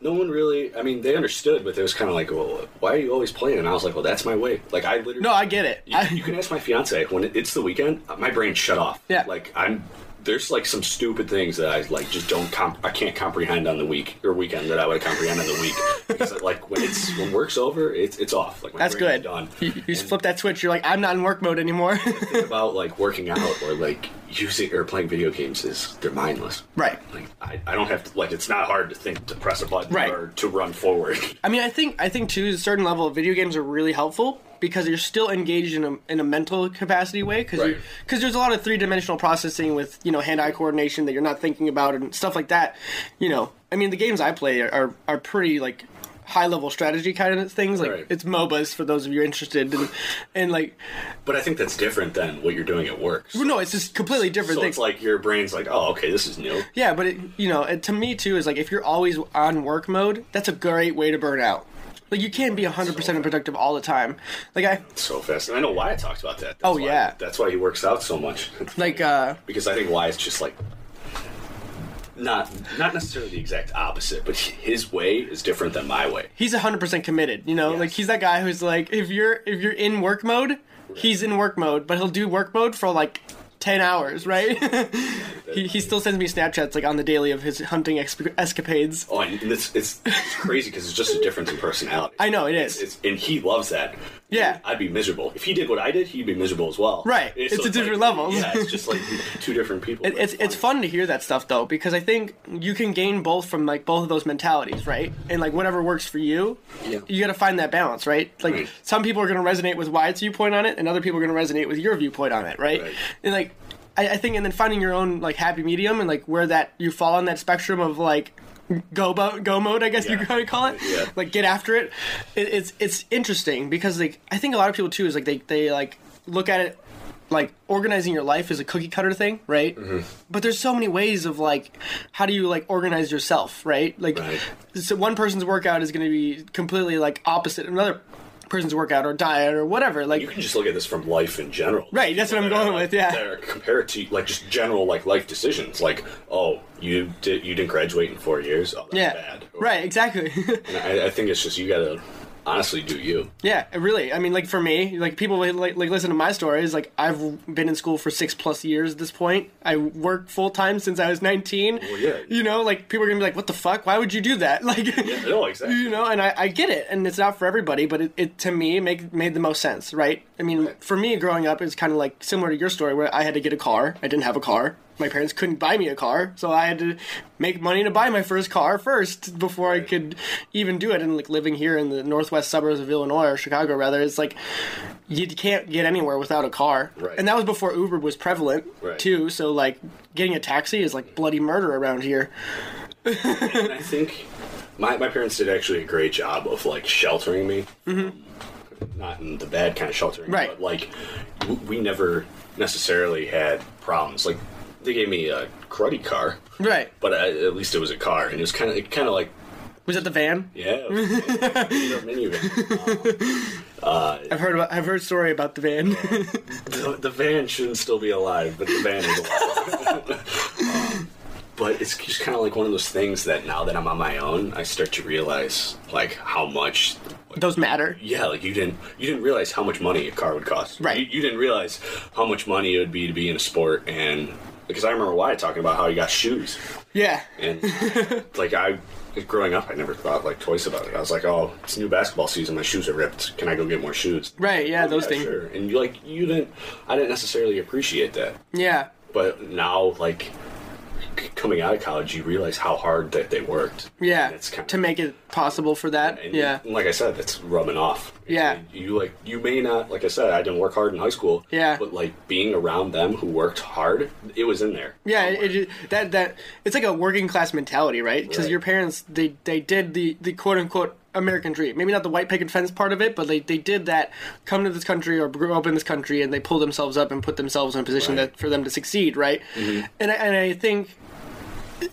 no one really. I mean, they understood, but they was kind of like, "Well, why are you always playing?" And I was like, "Well, that's my way." Like, I literally. no i get it You, you can ask my fiance when it- it's the weekend. uh, My brain shut off. Yeah. Like I'm. There's like some stupid things that I like just don't comp- I can't comprehend on the week or weekend that I would comprehend on the week because like when it's when work's over it's it's off like my that's brain is good done you, you just flip that switch you're like i'm not in work mode anymore Think about like working out or like using or playing video games is they're mindless Right. like I, I don't have to like it's not hard to think to press a button Right. or to run forward I mean, I think I think too. A certain level of video games are really helpful because you're still engaged in a, in a mental capacity way because Right. because there's a lot of three dimensional processing with you know hand eye coordination that you're not thinking about and stuff like that. You know, I mean, the games I play are are, are pretty like high level strategy kind of things like Right. it's MOBAs for those of you interested and, and like but I think that's different than what you're doing at work so, no, it's just completely different so things. it's like your brain's like oh okay this is new Yeah, but it, you know, it, to me too is like if you're always on work mode, that's a great way to burn out. Like you can't be 100% productive all the time. Like I so fast. And I know Wyatt talks about that. That's Oh, why- yeah. that's why he works out so much. like uh because I think Wyatt's just like not not necessarily the exact opposite, but his way is different than my way. he's 100% committed, you know? Like he's that guy who's like if you're if you're in work mode, he's in work mode, but he'll do work mode for like 10 hours, right? he, he still sends me Snapchats like on the daily of his hunting exp- escapades. Oh, and it's it's, it's crazy because it's just a difference in personality. I know it is. It's, and he loves that. Yeah. I'd be miserable if he did what I did. He'd be miserable as well. Right. And It's a different like, level. Yeah, it's just like two different people. It- it's it's fun to hear that stuff though because I think you can gain both from like both of those mentalities, right? And like whatever works for you, Yeah. you got to find that balance, right? Like Right. some people are going to resonate with Wyatt's viewpoint on it, and other people are going to resonate with your viewpoint on it, right? Right. And like I, I think, and then finding your own like happy medium and like where that you fall on that spectrum of like go bo- go mode, I guess you Yeah. kind of call it, Yeah. like get after it. it. It's it's interesting because like I think a lot of people too is like they they like look at it like organizing your life is a cookie cutter thing, right? Mm-hmm. But there's so many ways of like how do you like organize yourself, right? Like Right. so one person's workout is going to be completely like opposite another person's workout or diet or whatever. Like You can just look at this from life in general. Right, that's what I'm That are, going like, with, yeah. That are compared to like just general like life decisions, like oh you did you didn't graduate in four years, oh that's yeah. bad. Or- Right, exactly. And I, I think it's just you gotta honestly do you. Yeah, really. I mean, like for me, like people like, like like, listen to my stories. Like I've been in school for six plus years at this point. I work full time since I was nineteen. Well, yeah. You know, like people are gonna be like, "What the fuck? Why would you do that?" Like, no, exactly. You know, and I, I get it, and it's not for everybody, but it, it to me make made the most sense, right? I mean, for me, growing up is kind of like similar to your story, where I had to get a car. I didn't have a car. my parents couldn't buy me a car, so I had to make money to buy my first car first before I could even do it. And like living here in the northwest suburbs of Illinois or Chicago, rather, it's like you can't get anywhere without a car. Right. And that was before Uber was prevalent Right. too. So like getting a taxi is like bloody murder around here. And I think my, my parents did actually a great job of like sheltering me. Um, Not in the bad kind of sheltering, Mm-hmm. Right. but like w- we never necessarily had problems. Like they gave me a cruddy car, Right. but I, at least it was a car, and it was kind of kind of like Was it the van? yeah, it was, it was a minivan. Um, I've heard about, I've heard story about the van. the, the van shouldn't still be alive, but the van is alive. Um, but it's just kind of like one of those things that now that I'm on my own, I start to realize like how much Those matter. Yeah, like you didn't you didn't realize how much money a car would cost. Right. You, you didn't realize how much money it would be to be in a sport and because I remember Wyatt talking about how he got shoes Yeah. and like I growing up I never thought like twice about it. I was like, oh, it's new basketball season, my shoes are ripped. Can I go get more shoes? Right. Yeah. Oh, Those things. Sure. And you like you didn't I didn't necessarily appreciate that. Yeah. But now like c- coming out of college you realize how hard that they worked. Yeah. And it's kinda- to make it possible for that. and yeah. like I said, that's rubbing off. Yeah. You like you may not like I said, I didn't work hard in high school. Yeah. But like being around them who worked hard, it was in there. Yeah, it, it, that that it's like a working class mentality, right? Because Right. your parents they they did the the quote unquote American dream. Maybe not the white picket fence part of it, but they they did that. Come to this country or grew up in this country, and they pull themselves up and put themselves in a position Right. that for them to succeed, right? And I, and I think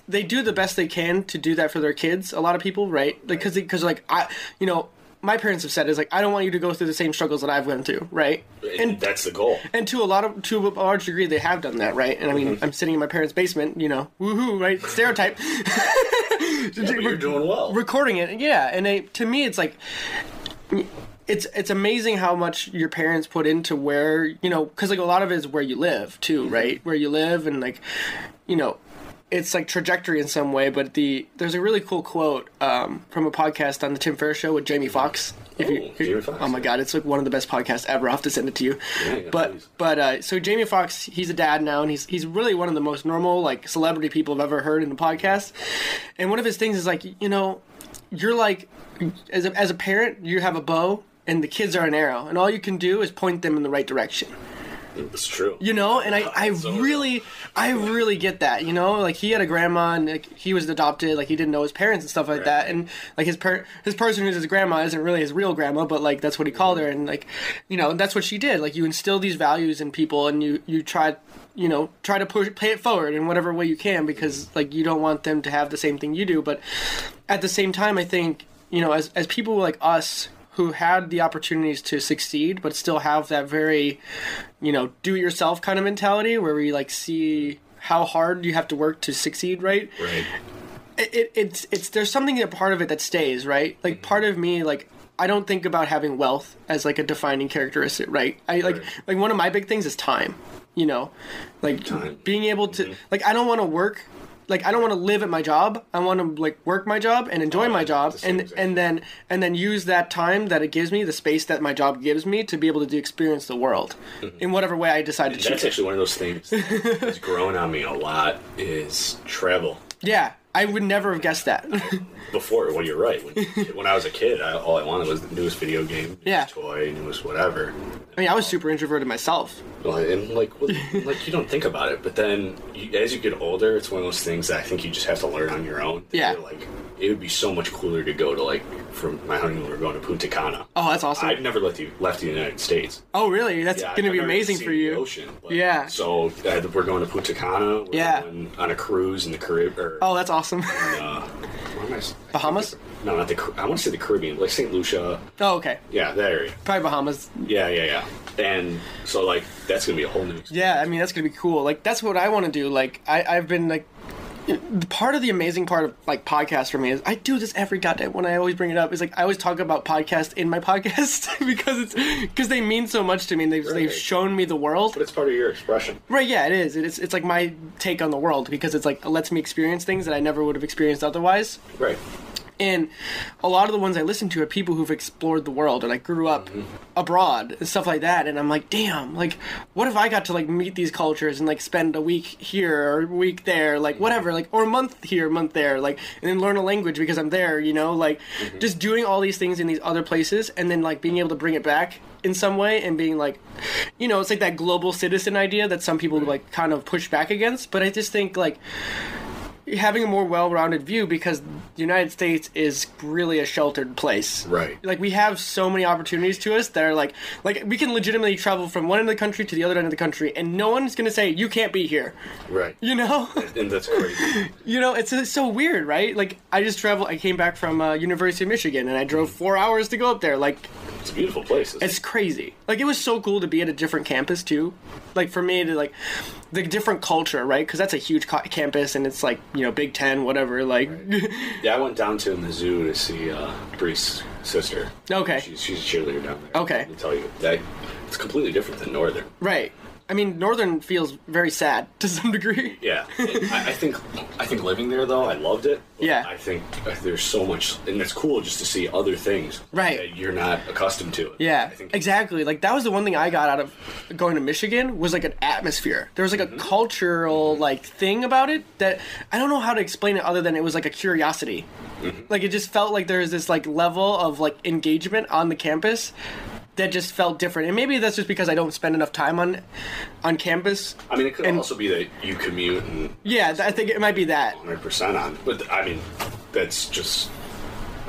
they do the best they can to do that for their kids. A lot of people, right? Like, because because like I, you know. My parents have said is like I don't want you to go through the same struggles that I've went through, right? And, that's the goal. and to a lot of to a large degree they have done that right and i Mm-hmm. mean i'm sitting in my parents basement you know woohoo right stereotype Yeah, but you're doing well. recording it yeah and it, to me it's like it's it's amazing how much your parents put into where you know because like a lot of it is where you live too Mm-hmm. right where you live and like you know it's like trajectory in some way but the there's a really cool quote um, from a podcast on the tim ferriss show with jamie foxx if Oh, Jamie Foxx, oh my yeah. god it's like one of the best podcasts ever i'll have to send it to you yeah, but please. but uh, so Jamie Foxx, he's a dad now, and he's he's really one of the most normal like celebrity people I've ever heard in the podcast. And one of his things is like, you know, you're like as a, as a parent, you have a bow, and the kids are an arrow, and all you can do is point them in the right direction. It's true. You know, and I I So- really I really get that. You know, like he had a grandma, and like, he was adopted, like he didn't know his parents and stuff like that, and like his per his person who's his grandma isn't really his real grandma, but like that's what he called her, and like you know that's what she did. Like you instill these values in people, and you you try you know try to push pay it forward in whatever way you can because like you don't want them to have the same thing you do, but at the same time, I think you know as as people like us who had the opportunities to succeed but still have that very you know do it yourself kind of mentality where we like see how hard you have to work to succeed right Right. it, it, it's it's there's something a part of it that stays right Mm-hmm. like part of me like i don't think about having wealth as like a defining characteristic right i like Right. like one of my big things is time you know like Time. Mm-hmm. being able to like i don't want to work like i don't want to live at my job i want to like work my job and enjoy Oh, my the job same and exact- and then and then use that time that it gives me the space that my job gives me to be able to do, experience the world in whatever way i decide to choose Mm-hmm. That's actually one of those things that's grown on me a lot is travel. Yeah, I would never have guessed that. Before, well, you're right. When, when I was a kid, I, all I wanted was the newest video game, newest Yeah. toy, newest whatever. I mean, I was super introverted myself. Well, and like, well, like you don't think about it, but then you, as you get older, it's one of those things that I think you just have to learn on your own. Yeah. You're like it would be so much cooler to go to like from my honeymoon, we we're going to Punta Cana. Oh, that's awesome. I've never left the left the United States. oh, really? That's Yeah, going to I've be never amazing seen for the you. ocean, but- Yeah. So uh, we're going to Punta Cana. We're Yeah. going on a cruise in the Caribbean. Or, Oh, that's awesome. uh, where am I s- Bahamas? No, not the. Car- I want to say the Caribbean, like Saint Lucia. oh, okay. Yeah, that area. Probably Bahamas. Yeah, yeah, yeah. And so like that's gonna be a whole new. experience. Yeah, I mean, that's going to be cool. Like, that's what I want to do. Like, I, I've been, like, the part of the amazing part of like podcasts for me is I do this every goddamn when I always bring it up is like I always talk about podcasts in my podcast because it's because they mean so much to me and they've, Right. they've shown me the world But it's part of your expression. Right, yeah, it is. It's it's like my take on the world because it's like it lets me experience things that I never would have experienced otherwise. Right. And a lot of the ones I listen to are people who've explored the world and I grew up abroad and stuff like that. And I'm like, damn, like, what if I got to like meet these cultures and like spend a week here or a week there, like whatever, like, or a month here, a month there, like, and then learn a language because I'm there, you know, like just doing all these things in these other places and then like being able to bring it back in some way and being like you know it's like that global citizen idea that some people like kind of push back against but i just think like having a more well-rounded view because the united states is really a sheltered place Right. like we have so many opportunities to us that are like like we can legitimately travel from one end of the country to the other end of the country and no one's gonna say you can't be here Right. you know And that's crazy. you know it's, it's so weird right like i just traveled i came back from uh, university of michigan and i drove four hours to go up there like It's a beautiful place. isn't it? it's crazy. Like it was so cool to be at a different campus too. Like for me to like the different culture, right? Because that's a huge co- campus and it's like you know Big Ten, whatever. Like yeah, I went down to Mizzou to see uh, Bree's sister. Okay. She's, she's a cheerleader down there. Okay. Let me tell you, that it's completely different than Northern. right. I mean, Northern feels very sad to some degree. Yeah, I, I think I think living there though, I loved it. But Yeah. I think there's so much, and it's cool just to see other things Right. that you're not accustomed to. Yeah, I think exactly. Like that was the one thing I got out of going to Michigan was like an atmosphere. There was Mm-hmm. like a cultural like thing about it that I don't know how to explain it other than it was like a curiosity. Mm-hmm. Like it just felt like there was this like level of like engagement on the campus that just felt different. And maybe that's just because I don't spend enough time on on campus. I mean, it could and- also be that you commute and Yeah, th- I think it might be that. 100 percent on, but I mean, that's just.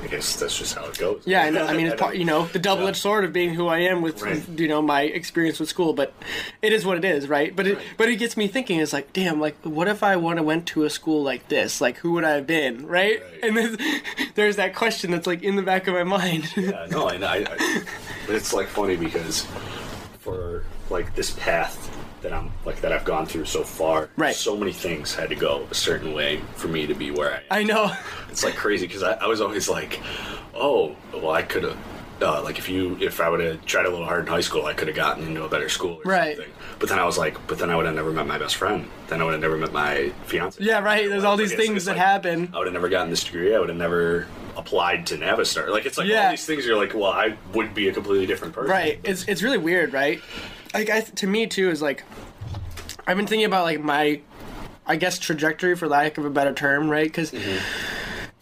I guess that's just how it goes. Yeah, I, know, I mean, it's part, you know, the double edged Yeah. sword of being who I am with, Right. you know, my experience with school, but it is what it is, right? But it, Right. but it gets me thinking. It's like, damn, like, what if I would have went to a school like this? Like, who would I have been, right? Right. And there's, there's that question that's like in the back of my mind. Yeah, no, and I, I but it's like funny because for like this path that I'm like that I've gone through so far, Right. So many things had to go a certain way for me to be where I am. I know, it's like crazy because I, I was always like, oh, well, I could have. Uh, like if you if I would have tried a little hard in high school, I could have gotten into a better school, or Right. Something. But then I was like, but then I would have never met my best friend. Then I would have never met my fiance. Yeah, right, there's all these it's- things it's that happen. I would have never gotten this degree. I would have never applied to Navistar. Like it's like Yeah. all these things. You're like, well, I would be a completely different person. right? It's it's really weird, right? Like, I, to me too is like, I've been thinking about like my, I guess trajectory for lack of a better term, right? Because Mm-hmm.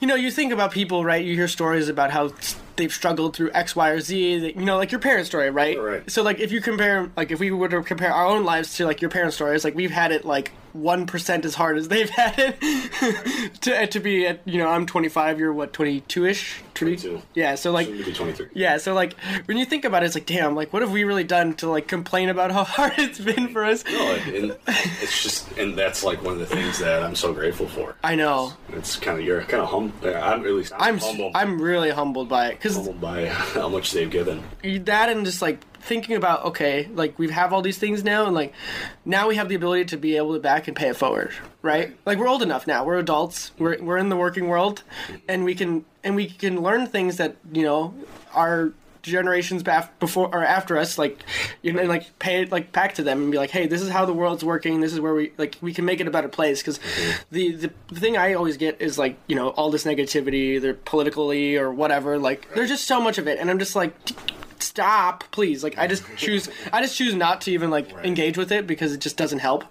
you know, you think about people, right? You hear stories about how they've struggled through X, Y, or Z. that- You know, like your parents' story, right? Right. So, like, if you compare, like, if we were to compare our own lives to like your parents' stories, like we've had it like one percent as hard as they've had it to to be at. You know, I'm 25. You're what 22 ish. 22. Yeah. So like. Soon to be 23. Yeah, so like when you think about it, it's like, damn, like what have we really done to like complain about how hard it's been for us? No, and, and it's just, and that's like one of the things that I'm so grateful for. I know. It's kind of you're kind of humble. I'm at least I'm I'm, humble. I'm really humbled by it because humbled by how much they've given. that and just like thinking about okay, like we have all these things now, and like now we have the ability to be able to back and pay it forward, right? Like we're old enough now, we're adults, we're we're in the working world, and we can and we can learn things that you know are generations back before or after us like you know and like pay it like back to them and be like hey this is how the world's working this is where we like we can make it a better place because the, the the thing i always get is like you know all this negativity either politically or whatever like there's just so much of it and i'm just like stop please like i just choose i just choose not to even like engage with it because it just doesn't help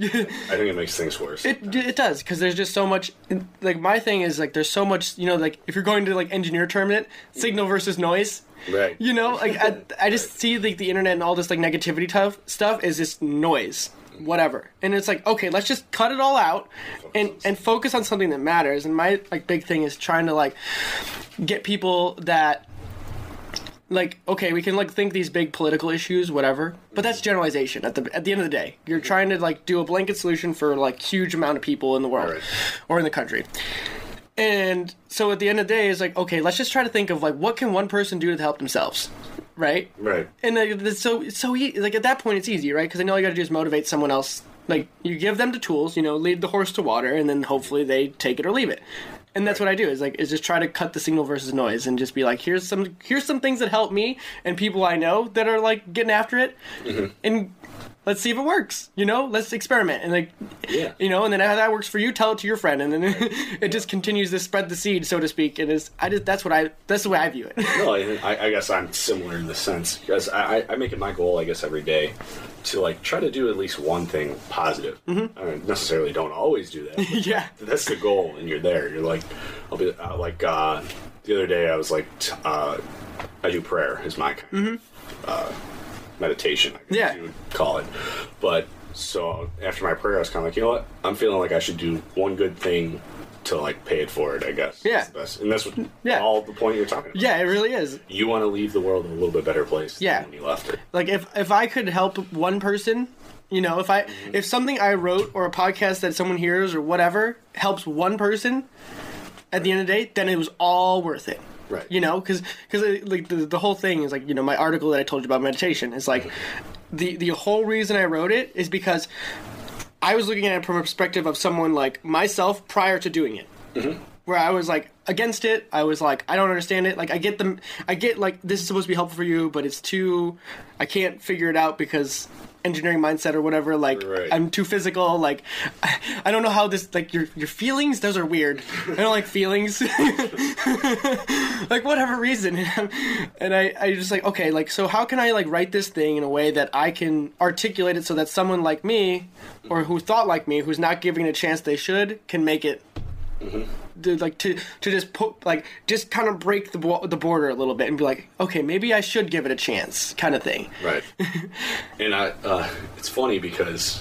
I think it makes things worse. it, it does because there's just so much like my thing is like there's so much you know like if you're going to like engineer term it signal versus noise right. you know, like I, I just see like the internet and all this like negativity tough stuff is just noise, whatever. And it's like, okay, let's just cut it all out and and focus on something that matters. And my like big thing is trying to like get people that like okay, we can like think these big political issues, whatever. But that's generalization at the at the end of the day. You're trying to like do a blanket solution for like huge amount of people in the world Right. or in the country. And so at the end of the day, it's like, okay, let's just try to think of like what can one person do to help themselves, right? Right. And like, it's so it's so easy. Like at that point, it's easy, right? Because then all you got to do is motivate someone else. Like you give them the tools, you know, lead the horse to water, and then hopefully they take it or leave it. And that's what I do is like is just try to cut the signal versus noise and just be like, here's some here's some things that help me and people I know that are like getting after it, and let's see if it works. You know, let's experiment and like, Yeah. you know, and then how that works for you, tell it to your friend, and then it just continues to spread the seed, so to speak. And it's I just that's what I that's the way I view it. No, I, I guess I'm similar in the sense because I, I- I make it my goal, I guess, every day to like try to do at least one thing positive. I don't necessarily don't always do that. but yeah, that's the goal, and you're there. You're like, I'll be uh, like uh, the other day. I was like, t- uh, I do prayer is my kind of uh, meditation. I Mm-hmm. Yeah. guess you would call it. But so after my prayer, I was kind of like, you know what? I'm feeling like I should do one good thing to like pay it forward. I guess. Yeah. That's the best. And that's what Yeah. all the point you're talking about yeah, it really is. you want to leave the world in a little bit better place Yeah. than when you left it. like if if I could help one person, you know, if I if something I wrote or a podcast that someone hears or whatever helps one person at the end of the day, then it was all worth it. Right. You know, cuz cuz like the, the whole thing is like, you know, my article that I told you about meditation is like the the whole reason I wrote it is because I was looking at it from a perspective of someone like myself prior to doing it where I was like against it. I was like, I don't understand it. Like, I get them. I get like this is supposed to be helpful for you, but it's too. I can't figure it out because engineering mindset or whatever. Like, Right. I'm too physical. Like, I, I don't know how this. Like your your feelings. Those are weird. I don't like feelings. like whatever reason, and I I just like okay. Like so, how can I like write this thing in a way that I can articulate it so that someone like me, or who thought like me, who's not giving it a chance they should, can make it Mm-hmm. to, like to to just put like just kind of break the bo- the border a little bit and be like, okay, maybe I should give it a chance, kind of thing. Right. and I, uh, it's funny because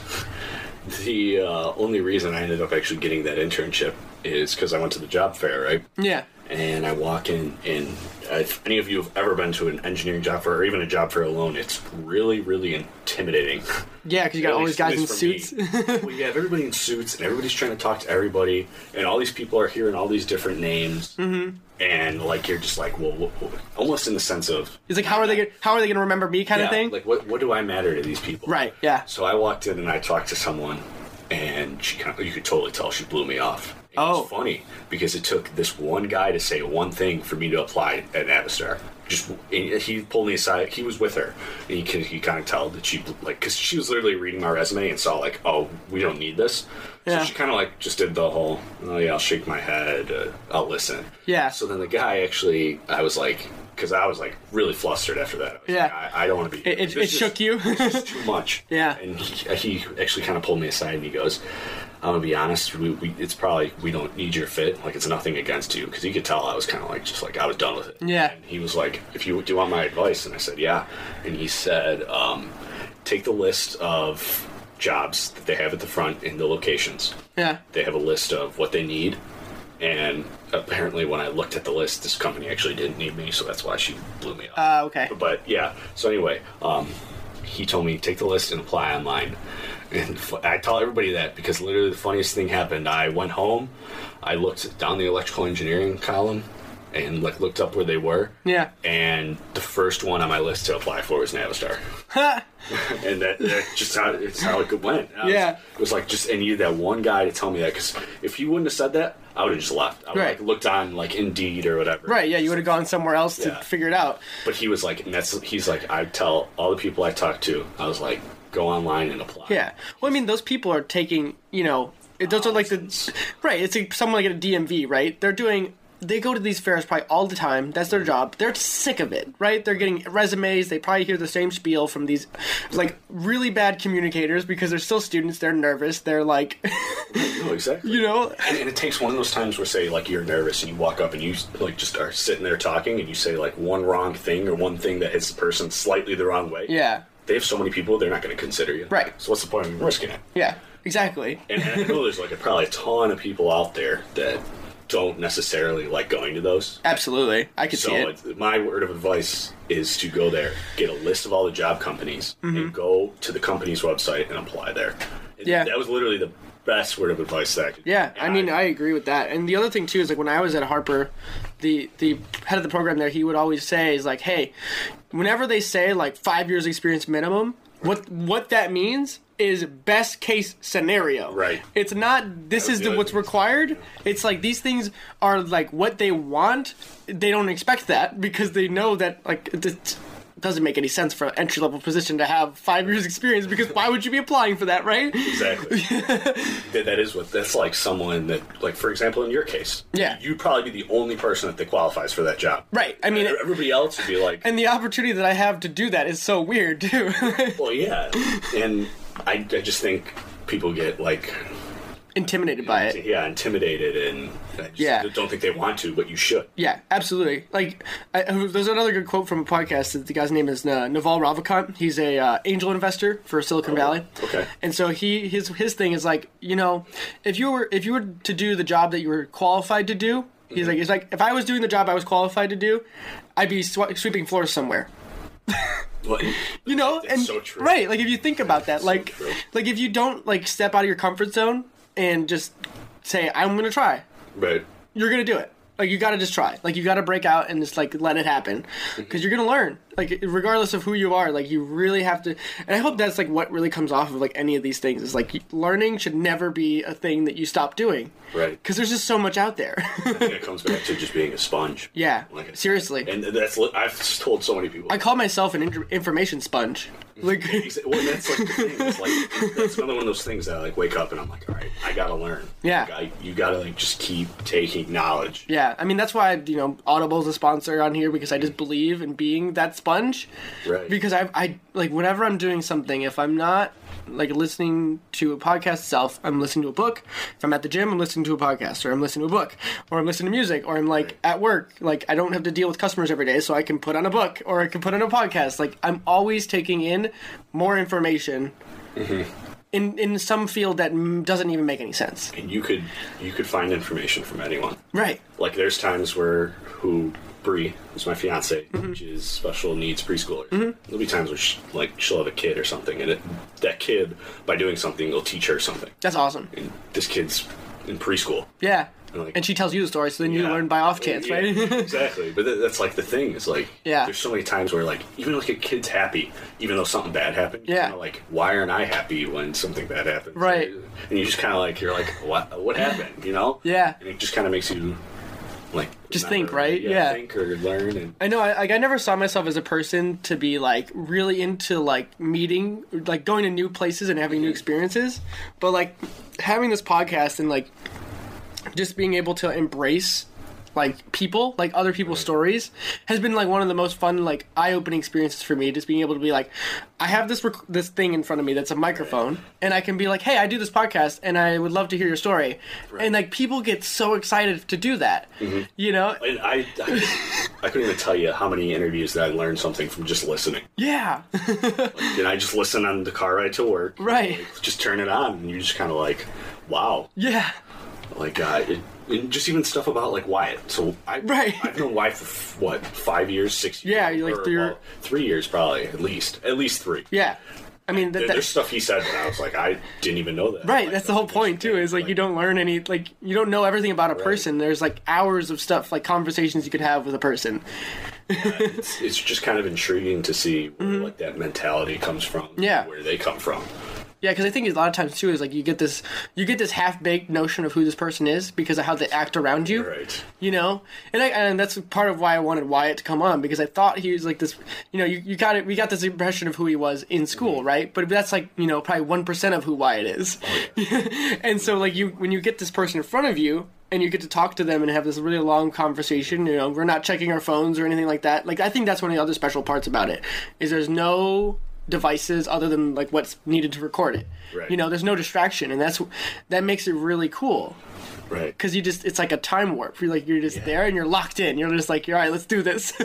the uh, only reason I ended up actually getting that internship is because I went to the job fair, right? Yeah, And I walk in, and uh, if any of you have ever been to an engineering job fair or even a job fair alone, it's really, really intimidating. yeah, because you got all these guys in suits. well, you have everybody in suits, and everybody's trying to talk to everybody, and all these people are hearing all these different names, mm-hmm. and like you're just like, well, wh- wh- almost in the sense of He's like, how are they gonna, how are they gonna remember me, kind yeah, of thing. Like, what, what do I matter to these people? Right, yeah. So I walked in and I talked to someone, and she kind of, you could totally tell she blew me off. It Oh. was funny because it took this one guy to say one thing for me to apply at Navistar. Just and he pulled me aside. He was with her, and you can you kind of tell that she like because she was literally reading my resume and saw like, oh, we don't need this. Yeah. So she kind of like just did the whole, oh yeah, I'll shake my head, uh, I'll listen. Yeah. So then the guy actually, I was like, because I was like really flustered after that. I was Yeah. like, I, I don't want to be. It- it- this it is- shook you? this is too much. Yeah. And he, he actually kind of pulled me aside and he goes, "I'm gonna be honest. We, we it's probably we don't need your fit. Like it's nothing against you because he could tell I was kind of like just like I was done with it. Yeah. And he was like, "If you do you want my advice," and I said, "Yeah." And he said, um, "Take the list of jobs that they have at the front in the locations." yeah, they have a list of what they need and apparently when i looked at the list this company actually didn't need me so that's why she blew me up uh, okay, but yeah so anyway um, he told me take the list and apply online and f- i tell everybody that because literally the funniest thing happened i went home i looked down the electrical engineering column and like looked up where they were Yeah. and the first one on my list to apply for was navistar and that, that just how it's how it went. I was- Yeah. it was like just I needed that one guy to tell me that because if you wouldn't have said that, I would have just left. I would Right. like looked on like Indeed or whatever. right. Yeah, you would have gone somewhere else to Yeah. figure it out. But he was like, and that's he's like, I tell all the people I talk to, I was like, go online and apply. Yeah. Well, I mean, those people are taking, you know, it, those are like the, Thousands. right? It's like someone like at a DMV, right? They're doing, they go to these fairs probably all the time. That's their job. They're sick of it, right? They're getting resumes. They probably hear the same spiel from these, like really bad communicators because they're still students. They're nervous. They're like, No, Oh, exactly. you know, And, and it takes one of those times where, say, like you're nervous and you walk up and you like just are sitting there talking and you say like one wrong thing or one thing that hits the person slightly the wrong way. yeah, They have so many people, they're not going to consider you. Right. So what's the point of risking it? yeah, exactly. and I know there's like a, probably a ton of people out there that don't necessarily like going to those. Absolutely, I could So see it. it's- my word of advice is to go there, get a list of all the job companies, and go to the company's website and apply there. And Mm-hmm. Yeah. that was literally the best word of advice that. I could Yeah, and I mean, I agree with that. And the other thing too is like when I was at Harper, the the head of the program there, he would always say is like, hey, whenever they say like five years experience minimum, what what that means is best case scenario. Right. It's not this That was is the the, other what's thing. required. It's like these things are like what they want. They don't expect that because they know that like. The, doesn't make any sense for an entry level position to have five years experience because why would you be applying for that, right? Exactly. That- that is what that's like. Someone that, like, for example, in your case, Yeah. you'd probably be the only person that, that qualifies for that job. Right, I mean- everybody else would be like, And the opportunity that I have to do that is so weird too. well, yeah. And I, I just think people get like, Intimidated by it. yeah, intimidated, and I just Yeah. don't think they want to, but you should. Yeah, absolutely. Like, I, there's another good quote from a podcast. That the guy's name is uh, Naval Ravikant. He's a uh, angel investor for Silicon Valley. okay. And so he his his thing is like, you know, if you were if you were to do the job that you were qualified to do, he's like, he's like, if I was doing the job I was qualified to do, I'd be sw- sweeping floors somewhere. Well, You know, That's and so true. right, like if you think about that, like true. like if you don't like step out of your comfort zone and just say, I'm gonna try, but you're gonna do it. Like you gotta just try. Like you gotta break out and just like let it happen, Mm-hmm. because you're gonna learn. Like regardless of who you are, like you really have to. And I hope that's like what really comes off of like any of these things is like you- learning should never be a thing that you stop doing, right. because there's just so much out there. think it comes back to just being a sponge. yeah, Like- seriously. And that's li- I've told so many people. I call myself an in- information sponge. Like Exa- well, that's like the thing. It's like that's another one of those things that I like wake up and I'm like, all right, I gotta learn. Yeah. Like, I, you gotta like just keep taking knowledge. yeah, I mean that's why you know Audible's a sponsor on here because I just believe in being that sponge. Right. because I, I like whenever I'm doing something, if I'm not like listening to a podcast itself, I'm listening to a book. If I'm at the gym, I'm listening to a podcast, or I'm listening to a book, or I'm listening to music, or I'm like at work, like I don't have to deal with customers every day, so I can put on a book or I can put on a podcast. Like I'm always taking in more information. In, in some field that mm, doesn't even make any sense. and you could you could find information from anyone. Right. Like there's times where who Bree, who's my fiance, Mm-hmm. teaches special needs preschoolers. There'll be times where she, like she'll have a kid or something, and it, that kid by doing something will teach her something. That's awesome. And this kid's in preschool. Yeah. Like- and she tells you the story, so then you Yeah. learn by off chance, Yeah, right? exactly. But that, that's like the thing is like, Yeah. There's so many times where like even like a kid's happy, even though something bad happened. you're Yeah. kinda Like why aren't I happy when something bad happens? Right. And you just kind of like you're like what what happened? You know? Yeah. And it just kind of makes you like Just remember, think, right? Yeah, Yeah. Think or learn and I know. I, like I never saw myself as a person to be like really into like meeting, like going to new places and having new experiences. But like having this podcast and like just being able to embrace like people, like other people's stories, has been like one of the most fun, like eye-opening experiences for me. Just being able to be like, I have this rec- this thing in front of me that's a microphone, and I can be like, Hey, I do this podcast, and I would love to hear your story. And like people get so excited to do that, you know? and I. I I couldn't even tell you how many interviews that I learned something from just listening. Yeah. And I just listen on the car ride to work. Right. Like, just turn it on, and you're just kind of like, "Wow, yeah. like uh, it, and just even stuff about like Wyatt. So I, Right. I've known Wyatt for f- what five years, six years, Yeah, you're like or, three- well, three years probably at least, at least three. Yeah, I mean that, There- There's that, stuff he said that I was like, I didn't even know that. right. Like, That's the whole that- point too. Is like you don't learn any, like you don't know everything about a person. There's like hours of stuff, like conversations you could have with a person. It's, it's just kind of intriguing to see where, like that mentality comes from. Mm-hmm. Yeah. where they come from. Yeah, because I think a lot of times too is like you get this, you get this half baked notion of who this person is because of how they act around you. Right. You know, and I, and that's part of why I wanted Wyatt to come on because I thought he was like this. You know, you, you got it. We got this impression of who he was in school, right? But that's like you know probably one percent of who Wyatt is. and so like you when you get this person in front of you and you get to talk to them and have this really long conversation you know we're not checking our phones or anything like that like i think that's one of the other special parts about it is there's no devices other than like what's needed to record it Right. you know there's no distraction and that's that makes it really cool Right. because you just it's like a time warp you're like you're just there and you're locked in you're just like all right let's do this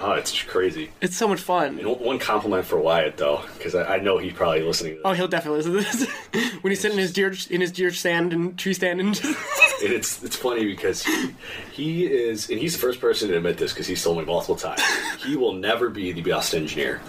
Oh, it's just crazy. it's so much fun And one- one compliment for Wyatt though, because I, I know he's probably listening. To this. oh he'll definitely listen to this when he's sitting in his deer in his deer stand and tree stand and just And it's it's funny because he, he is, and he's the first person to admit this because he's told me multiple times. He will never be the best engineer,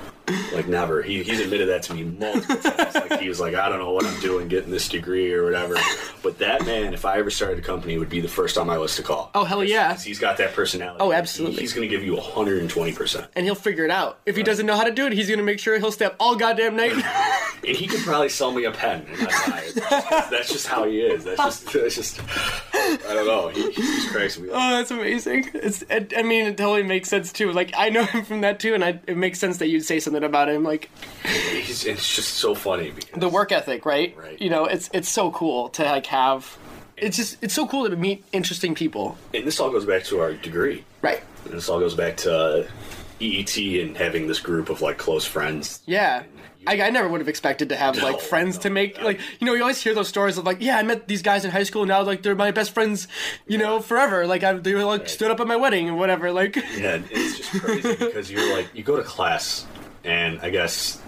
like never. He, he's admitted that to me multiple times. Like he was like, I don't know what I'm doing, getting this degree or whatever. But that man, if I ever started a company, would be the first on my list to call. Oh, hell yeah. 'Cause He's got that personality. Oh, absolutely. He's going to give you 120 percent, and he'll figure it out. If he doesn't know how to do it, he's gonna make sure he'll step all goddamn night. and he could probably sell me a pen. And I'd buy it. That's just how he is. That's just that's just I don't know. He, he just cracks me up. Oh, that's amazing. It's, I, I mean, it totally makes sense too. Like, I know him from that too, and I, it makes sense that you'd say something about him. Like, He's, it's just so funny. Because, the work ethic, right? Right. You know, it's it's so cool to like have. It's just it's so cool to meet interesting people. and this all goes back to our degree. Right. And this all goes back to uh, EET and having this group of like close friends. Yeah. I, I never would have expected to have like No, friends no, to make no. like you know you always hear those stories of like yeah I met these guys in high school now like they're my best friends you know forever like I, they were like stood up at my wedding and whatever like Yeah, and it's just crazy because you're like you go to class, and I guess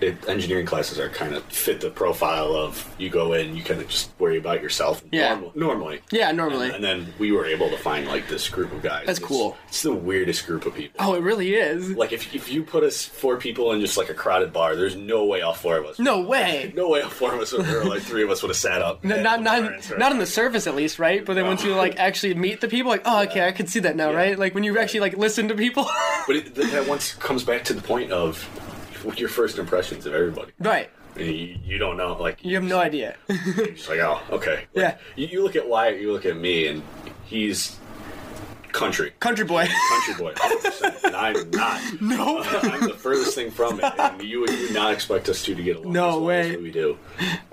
it, engineering classes are kind of fit the profile of you go in, you kind of just worry about yourself. Yeah. normal- normally. yeah normally And, and then we were able to find like this group of guys. That's It's- cool. It's the weirdest group of people. oh it really is Like if if you put us four people in just like a crowded bar, there's no way all four of us. no way No way all four of us would- or like three of us would have sat up. No, not not not on the surface at least right but then once you like actually meet the people like oh okay I can see that now right like when you actually like listen to people But it, that once comes back to the point of your first impressions of everybody. right And you, you don't know, like you have no idea You're just like, oh, okay. Like, Yeah. You, you look at Wyatt, you look at me, and he's country. country boy Country boy, 100%, and I'm not. Uh, no I'm the furthest thing from it, and you would you would not expect us two to get along. No as well way. as we do.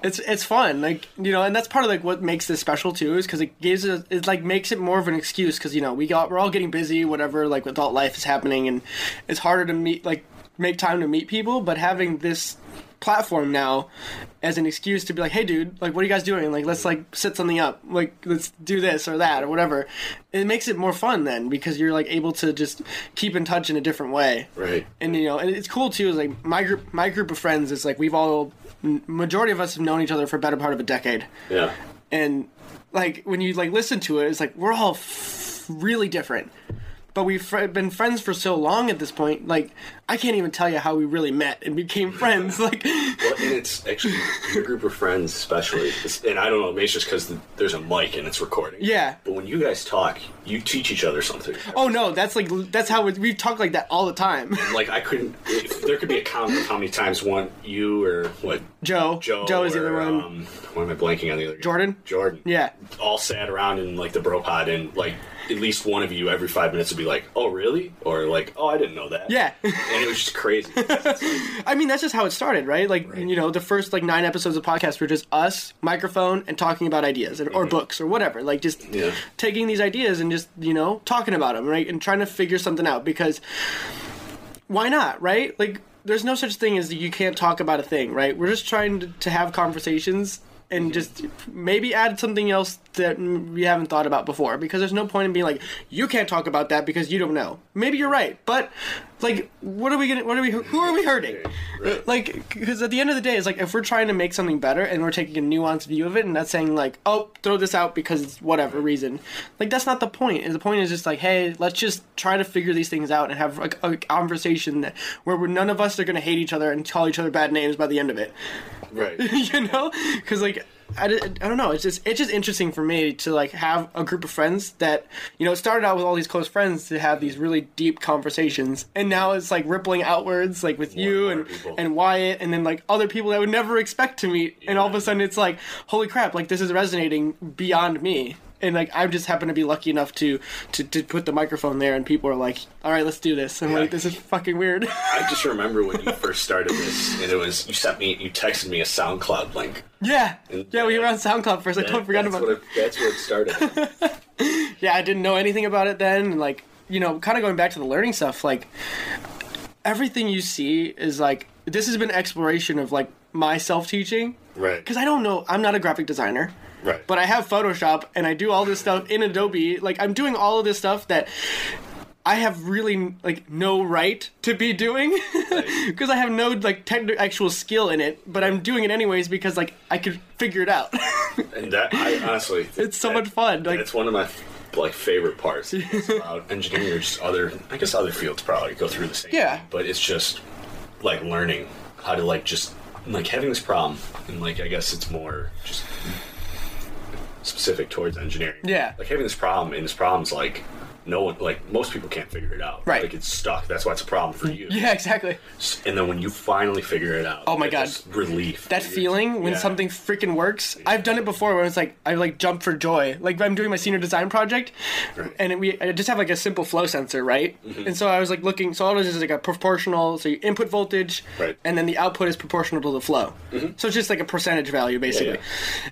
it's it's fun like you know and that's part of like what makes this special too is because it gives us it like makes it more of an excuse because you know we got we're all getting busy whatever like adult life is happening and it's harder to meet like make time to meet people but having this platform now as an excuse to be like hey dude like what are you guys doing like let's like set something up like let's do this or that or whatever it makes it more fun then because you're like able to just keep in touch in a different way Right. and you know, and it's cool too. Is like my group, my group of friends is like we've all, m- majority of us have known each other for a better part of a decade, Yeah. and like when you like listen to it, it's like we're all f- really different, but we've fr- been friends for so long at this point. Like I can't even tell you how we really met and became friends. Like Well, and it's actually your group of friends, especially, it's- and I don't know, maybe it's just because the, there's a mic and it's recording. Yeah. But when you guys talk, you teach each other something. oh no, that's like that's how we, we talk like that all the time. Like I couldn't. If there could be a count of how many times one you or what Joe, Joe, is the other or, one. Um, why am I blanking on the other? Guy? Jordan? Jordan. Yeah. All sat around in like the bro pod, and like at least one of you every five minutes would be like, "Oh, really?" or like, "Oh, I didn't know that." Yeah. and it was just crazy. It's like, I mean, that's just how it started, right? Like, Right. you know, the first like nine episodes of podcast were just us, microphone, and talking about ideas and, or books or whatever. Like, just Mm-hmm. Yeah. taking these ideas and just you know talking about them, right? And trying to figure something out because why not, right? Like, there's no such thing as you can't talk about a thing, right? We're just trying to, to have conversations. Mm-hmm. And just maybe add something else that we haven't thought about before because there's no point in being like, you can't talk about that because you don't know. Maybe you're right, but like, what are we gonna, what are we, who are we hurting? Right. Like, because at the end of the day, it's like if we're trying to make something better and we're taking a nuanced view of it and not saying like, oh, throw this out because it's whatever reason, like that's not the point. And the point is just like, hey, let's just try to figure these things out and have a, a conversation that where we're, none of us are going to hate each other and call each other bad names by the end of it. right. you know, because like. I, di- I don't know. It's just it's just interesting for me to like have a group of friends that you know it started out with all these close friends to have these really deep conversations, and now it's like rippling outwards, like with you more and people. and Wyatt, and then like other people that I would never expect to meet, and all of a sudden it's like holy crap, like this is resonating beyond me, and like I just happen to be lucky enough to to, to put the microphone there, and people are like, all right, let's do this, and like this is fucking weird. I just remember when you first started this, and it was you sent me, you texted me a SoundCloud link. yeah, And- yeah, we were on SoundCloud first. I totally forgot that's about what it, that's where it started. yeah, I didn't know anything about it then. And like, you know, kind of going back to the learning stuff, like, everything you see is like, this has been exploration of like my self teaching. Right. Because I don't know, I'm not a graphic designer. Right. But I have Photoshop and I do all this stuff in Adobe. Like, I'm doing all of this stuff that I have really like no right to be doing because I have no like technical actual skill in it, but I'm doing it anyways because like I could figure it out. And that I honestly, It's so that- much fun, like- it's one of my like favorite parts is about engineering or just other, I guess other fields probably go through the same. Yeah. But it's just like learning how to like just like having this problem and like I guess it's more just specific towards engineering. Yeah. Like having this problem and this problem's like no one like most people can't figure it out. Right. Like it's stuck. That's why it's a problem for you. Yeah, exactly. S- And then when you finally figure it out, Oh my like, God. this relief. That You're- feeling when yeah. something freaking works. I've done it before where it's like I like jump for joy. Like I'm doing my senior design project, Right. Mm-hmm. and it, we I just have like a simple flow sensor, right? And so I was like looking. So all it is is like a proportional. So your input voltage, Right. Mm-hmm. and then the output is proportional to the flow. So it's just like a percentage value basically. yeah.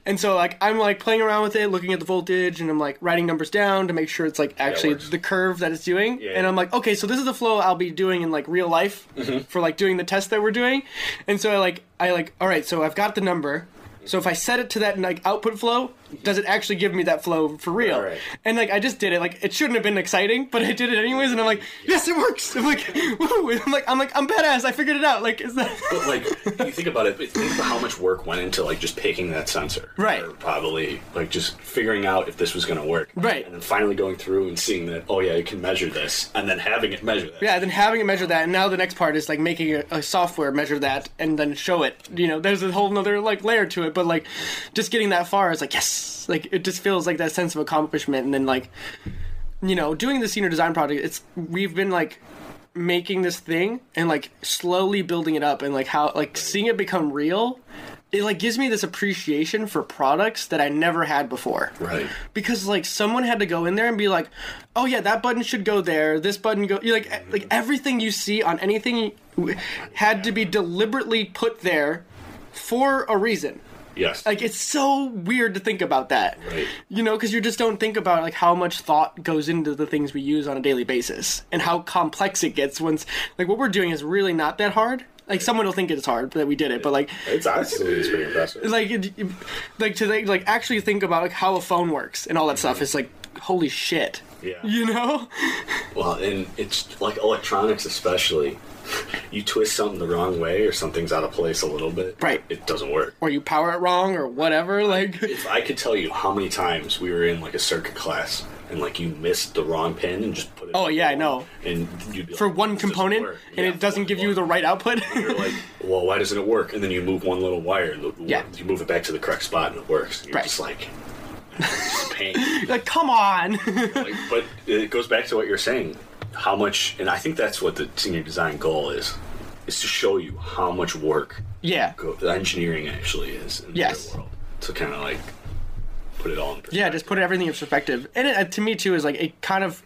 And so like I'm like playing around with it, looking at the voltage, and I'm like writing numbers down to make sure it's like actually works. the curve that it's doing. Yeah. Mm-hmm. And I'm like, okay, so this is the flow I'll be doing in like real life for like doing the test that we're doing. And so I like I like all right, so I've got the number. So if I set it to that like output flow, does it actually give me that flow for real? Mm-hmm. Right, right. And like I just did it. Like it shouldn't have been exciting, but I did it anyways. And I'm like, yes, it works. I'm like, woo! I'm like, I'm like, I'm badass. I figured it out. Like, is that? But like you think about it, but think about how much work went into like just picking that sensor, Right. Or probably like just figuring out if this was going to work, Right. And then finally going through and seeing that, oh yeah, it can measure this, and then having it measure that. Yeah, then having it measure that, and now the next part is like making a, a software measure that and then show it. You know, there's a whole nother like layer to it, but like just getting that far is like yes, like it just feels like that sense of accomplishment, and then like you know, doing the senior design project, it's we've been like making this thing and like slowly building it up and like how like seeing it become real it like gives me this appreciation for products that i never had before Right. because like someone had to go in there and be like, "Oh yeah, that button should go there. This button go." You're like e- like everything you see on anything w- had to be deliberately put there for a reason. Yes. Like it's so weird to think about that. Right. You know, cuz you just don't think about like how much thought goes into the things we use on a daily basis and how complex it gets once like what we're doing is really not that hard. Like someone will think it's hard that we did it, but like it's honestly it's pretty impressive. like it- like to like actually think about like how a phone works and all that stuff is like holy shit Yeah. you know Well, and it's like electronics, especially. You twist something the wrong way, or something's out of place a little bit. Right. It doesn't work. or you power it wrong or whatever like If I could tell you how many times we were in like a circuit class and like you missed the wrong pin and just put it. Oh, yeah, I know. And you'd be like, for one "This doesn't component work." and Yeah, it doesn't one give you the component. right output You're like, well, why doesn't it work? And then you move one little wire, and the, Yeah. you move it back to the correct spot, and it works. And you're Right. just like, it's pain. like come on like, but it goes back to what you're saying. How much, and I think that's what the senior design goal is, is to show you how much work yeah go, the engineering actually is in Yes. the real world. To kind of like put it all in perspective. yeah just put everything in perspective and it, uh, to me too is like it kind of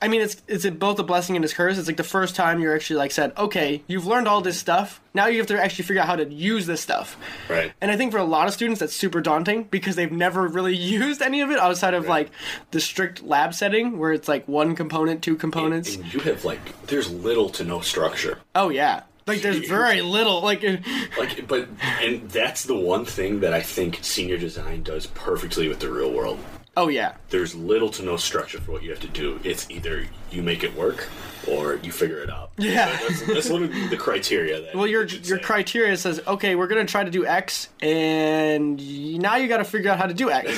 i mean it's it's both a blessing and a curse it's like the first time you're actually like said okay you've learned all this stuff now you have to actually figure out how to use this stuff Right. And I think for a lot of students, that's super daunting because they've never really used any of it outside of Right. like the strict lab setting where it's like one component, two And components. you have like, there's little to no structure. Oh, yeah. Like there's very little. Like, it- Like, but, and that's the one thing that I think senior design does perfectly with the real world. oh, yeah. There's little to no structure for what you have to do. It's either you make it work or you figure it out. Yeah. That's, that's one of the criteria. That Well, your you should your say. criteria says, okay, we're gonna try to do X, and y- now you got to figure out how to do X.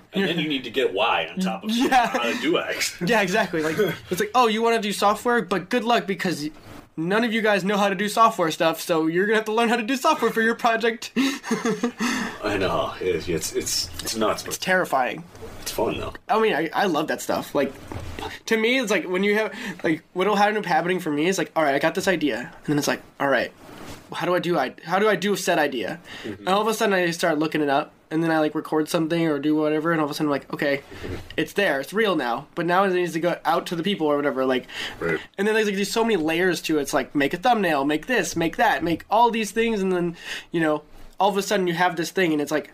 And then you need to get Y on top of Yeah. how to do X. yeah, exactly. Like it's like, oh, you want to do software, but good luck because none of you guys know how to do software stuff, so you're gonna have to learn how to do software for your project. I know. It's it's it's, it's nuts, but Terrifying. it's fun though. I mean, I, I love that stuff. Like, to me, it's like when you have, like, what'll end up happening for me is like, all right, I got this idea. And then it's like, all right, how do I do, I, how do I do said idea? And all of a sudden I start looking it up and then I like record something or do whatever. And all of a sudden I'm like, okay, it's there, it's real now. But now it needs to go out to the people or whatever. Like, Right. and then there's like these so many layers to it. It's like make a thumbnail, make this, make that, make all these things, and then you know, all of a sudden you have this thing, and it's like,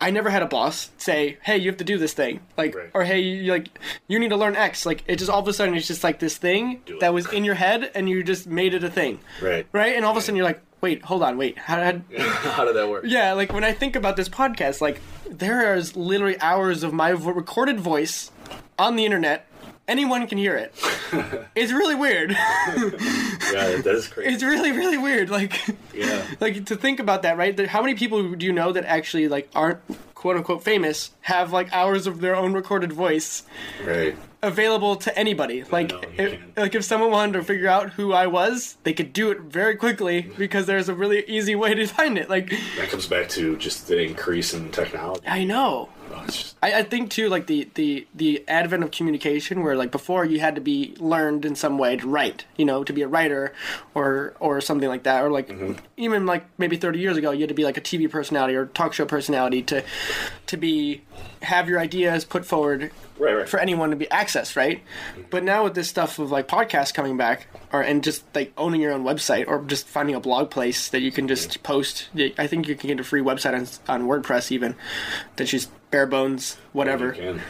I never had a boss say, "Hey, you have to do this thing," like, Right. or "Hey, you like, you need to learn X." Like, it just all of a sudden it's just like this thing Do it. that was in your head, and you just made it a thing, Right. Right, and all of a sudden you're like, "Wait, hold on, wait, how did?" how did that work? Yeah, like when I think about this podcast, like there is literally hours of my vo- recorded voice on the internet. Anyone can hear it. it's really weird. Yeah, that is crazy. it's really really weird like yeah. like to think about that right That- how many people do you know that actually like aren't quote unquote famous have like hours of their own recorded voice Right. available to anybody like know, you if, can't. like if someone wanted to figure out who i was they could do it very quickly Mm. because there's a really easy way to find it like That comes back to just the increase in technology. i know about. It's just I, I think too, like the, the the advent of communication, where like before you had to be learned in some way to write, you know, to be a writer or or something like that, or like even like maybe thirty years ago, you had to be like a TV personality or talk show personality to to be have your ideas put forward Right, right. for anyone to be accessed, right? But now with this stuff of like podcasts coming back, or and just like owning your own website, or just finding a blog place that you can just post. I think you can get a free website on, on WordPress even, that's just bare bones, whatever you can.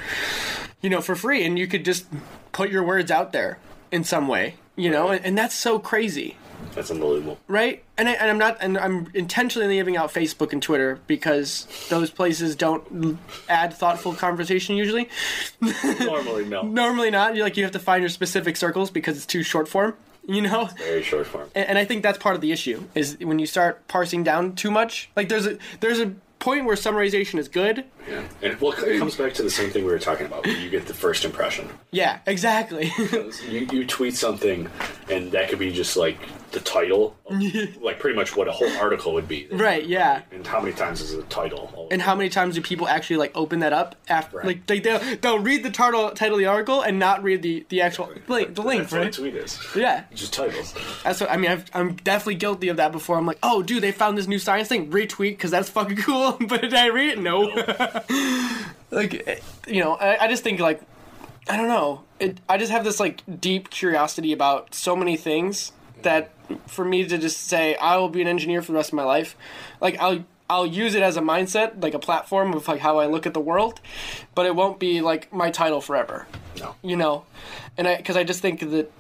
you know, for free, and you could just put your words out there in some way, you know, and, and that's so crazy, That's unbelievable. right? And, I, and I'm not, and I'm intentionally leaving out Facebook and Twitter because those places don't add thoughtful conversation usually. Normally, no. Normally not. You like you have to find your specific circles because it's too short form, you know. Very short form. And, and I think that's part of the issue is when you start parsing down too much. Like there's a there's a point where summarization is good. Yeah. And well, it comes back to the same thing we were talking about. Where you get the first impression. Yeah, exactly. You, you tweet something, and that could be just like the title, of, like pretty much what a whole article would be. right. Yeah. And how many times is the title? and how many times do people actually like open that up after Right. like they, they'll, they'll read the title title of the article and not read the the actual link, the link That's what a right tweet is. yeah Just titles. that's what i mean I've, i'm definitely guilty of that before i'm like oh dude they found this new science thing retweet because that's fucking cool but did i read it no, like eh, you know I, I just think like i don't know it, i just have this like deep curiosity about so many things that for me to just say i will be an engineer for the rest of my life like i'll i'll use it as a mindset like a platform of like how i look at the world but it won't be like my title forever No. you know and i because i just think that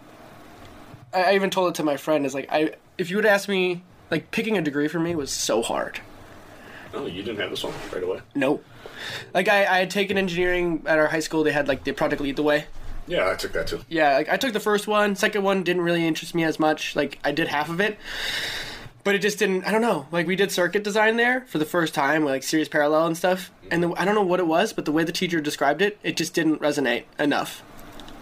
I, I even told it to my friend is like i if you would ask me like picking a degree for me was so hard No, you didn't have this one right away. nope like I, I had taken engineering at our high school they had like the project lead the way Yeah, I took that too. yeah like i took the first one second one didn't really interest me as much like i did half of it but it just didn't i don't know like we did circuit design there for the first time like series parallel and stuff and the, i don't know what it was but the way the teacher described it it just didn't resonate enough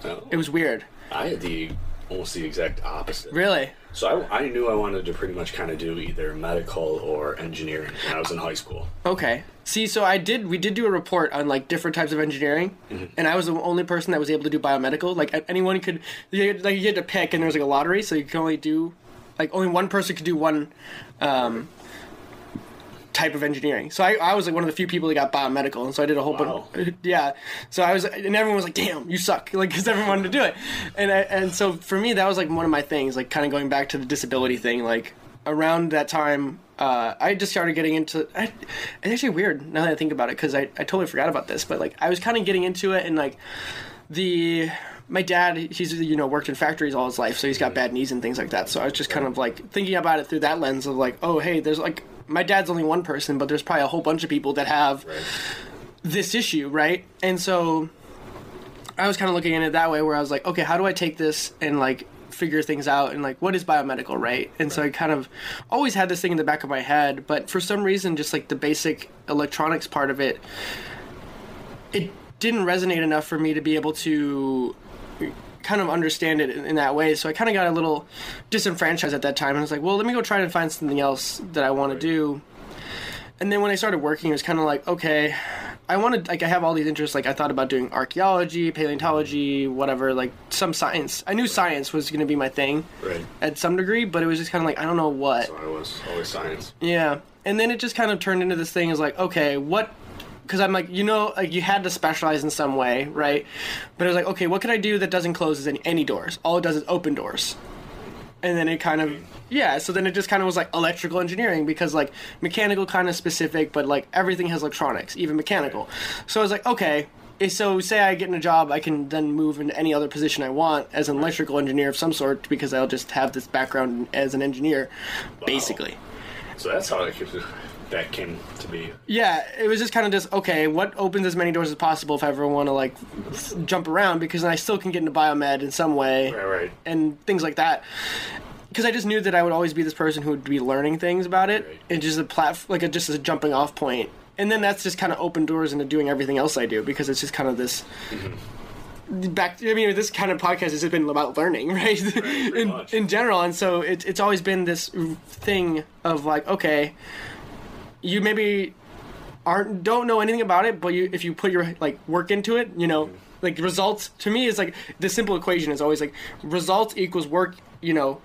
No. it was weird I had the almost the exact opposite. really So I, I knew I wanted to pretty much kind of do either medical or engineering when I was in high school. Okay. See, so I did. We did do a report on like different types of engineering, and I was the only person that was able to do biomedical. Like a- anyone could, you had, like you had to pick, and there was like a lottery, so you could only do, like only one person could do one, um, type of engineering. So I, I was like one of the few people that got biomedical, and so I did a whole Wow. bunch. Yeah. So I was, and everyone was like, "Damn, you suck!" Like, because everyone wanted to do it, and I, and so for me, that was like one of my things. Like, kind of going back to the disability thing. Like around that time, uh, I just started getting into. I, it's actually weird now that I think about it because I, I totally forgot about this, but like I was kind of getting into it and like the my dad he's you know worked in factories all his life so he's got bad knees and things like that so i was just kind of like thinking about it through that lens of like oh hey there's like my dad's only one person but there's probably a whole bunch of people that have Right. this issue right and so i was kind of looking at it that way where i was like okay how do i take this and like figure things out and like what is biomedical right and so i kind of always had this thing in the back of my head but for some reason just like the basic electronics part of it it didn't resonate enough for me to be able to kind of understand it in, in that way. So I kind of got a little disenfranchised at that time, and I was like, well, let me go try and find something else that I want to do. And then when I started working, it was kind of like, okay, I wanted like I have all these interests. Like I thought about doing archaeology, paleontology, whatever, like some science. I knew science was going to be my thing Right. at some degree, but it was just kind of like I don't know what. So I was always science. Yeah, and then it just kind of turned into this thing is like, okay, what? Because I'm like, you know, like you had to specialize in some way, right? But it was like, okay, what can I do that doesn't close any, any doors? All it does is open doors. And then it kind of, yeah. So then it just kind of was like electrical engineering because like mechanical kind of specific, but like everything has electronics, even mechanical. So I was like, okay. eh, So say I get in a job, I can then move into any other position I want as an electrical engineer of some sort because I'll just have this background as an engineer, basically. So that's how it came, that came to be. Yeah, it was just kind of just okay. What opens as many doors as possible if I ever want to like f- jump around because then I still can get into biomed in some way Right, right. and things like that. Because I just knew that I would always be this person who would be learning things about it Right. and just a platform, like a, just as a jumping off point. And then that's just kind of open doors into doing everything else I do because it's just kind of this. Mm-hmm. Back, I mean, this kind of podcast has been about learning, right? pretty in, much. in general, and so it, it's always been this thing of like, okay, you maybe aren't don't know anything about it, but you if you put your like work into it, you know, Mm-hmm. like results to me is like the simple equation is always like results equals work, you know,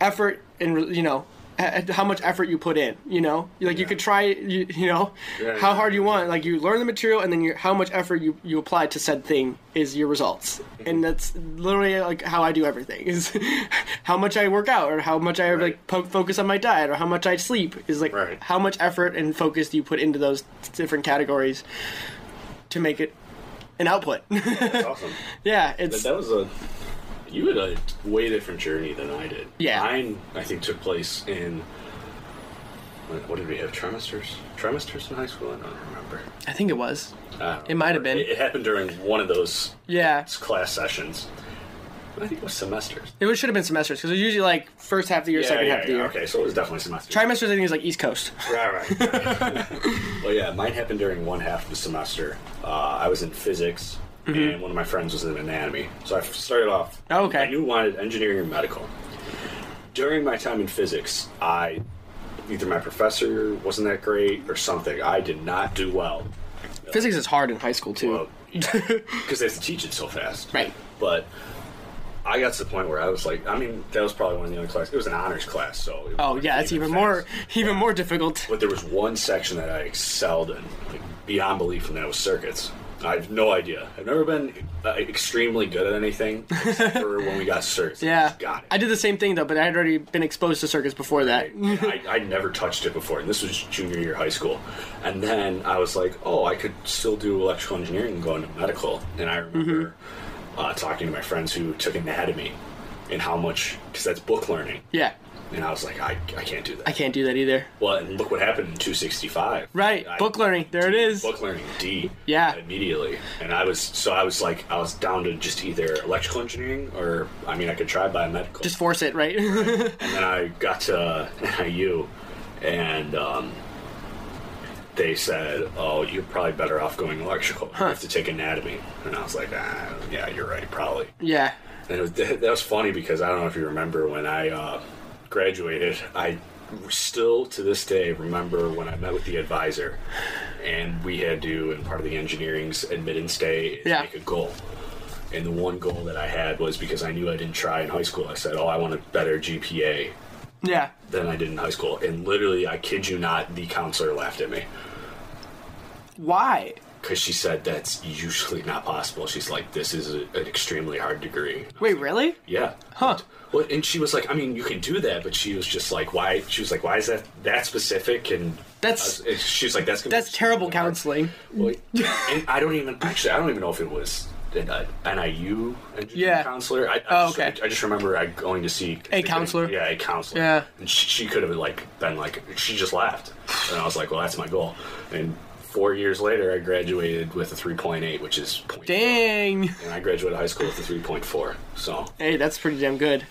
effort and re- you know h- how much effort you put in you know like you Yeah. could try you, you know Yeah, how yeah. hard you want like you learn the material and then you, how much effort you, you apply to said thing is your results Mm-hmm. and that's literally like how i do everything is how much i work out or how much i like po- focus on my diet or how much i sleep is like Right. how much effort and focus do you put into those different categories to make it an output That's awesome. yeah That, it's that was a you had a way different journey than I did. Yeah. mine I think took place in what, what did we have trimesters? Trimesters in high school? I don't remember. i think it was I don't It might have been. Oh, It, it happened during one of those yeah class sessions. I think it was semesters. It should have been semesters because it's usually like first half of the year, second half of the year. Okay, so it was definitely semesters. Trimesters, I think, is like East Coast. Right, right. well, yeah, mine happened during one half of the semester. Uh, I was in physics, and one of my friends was in anatomy. So I started off. Mm-hmm. Oh, okay. I knew I wanted engineering or medical. During my time in physics, I either my professor wasn't that great or something. I did not do well Physics is hard in high school too. because they have to teach it so fast. Right. But I got to the point where I was like, I mean, that was probably one of the only classes. It was an honors class, so. It oh was yeah, it's even more, fast. even more difficult. But there was one section that I excelled in, like beyond belief, and that was circuits. I have no idea. I've never been uh, extremely good at anything except for when we got circuits. I Yeah, just got it. I did the same thing though, but I had already been exposed to circuits before that. I, I never touched it before, and this was junior year high school. And then I was like, oh, I could still do electrical engineering and go into medical. And I remember Mm-hmm. uh, talking to my friends who took anatomy and how much, because that's book learning. Yeah, And I was like, I, I can't do that. I can't do that either. Well, and look what happened in 265. Right, I- book learning. There it is. Book learning D. Yeah. Immediately, and I was so I was like I was down to just either electrical engineering or I mean I could try biomedical. Just force it, right? and then I got to NIU, and um, they said, "Oh, you're probably better off going electrical. You have to take anatomy." And I was like, ah, "Yeah, you're right, probably." yeah. And it was, that was funny because I don't know if you remember when I uh, graduated, I still to this day remember when I met with the advisor and we had to, and part of the engineering's admittance day, is Yeah. make a goal. And the one goal that I had was because I knew I didn't try in high school, I said, Oh, I want a better GPA Yeah. than I did in high school. And literally, I kid you not, the counselor laughed at me Why? because she said, That's usually not possible. She's like, This is a, an extremely hard degree. Wait, really? Yeah. Huh. Well, and she was like, I mean, you can do that, but she was just like, why? She was like, why is that that specific? And That's- uh, and she was like, that's gonna That's terrible counseling. Well, and I don't even actually, I don't even know if it was an uh, NIU engineering Yeah. counselor. I, I Oh, just, okay. I just remember I going to see A counselor? Yeah, a counselor. Yeah. And she, she could have like been like, she just laughed, and I was like, well, that's my goal. And four years later, I graduated with a 3.8, which is point Dang. And I graduated high school with a 3.4. So Hey, that's pretty damn good.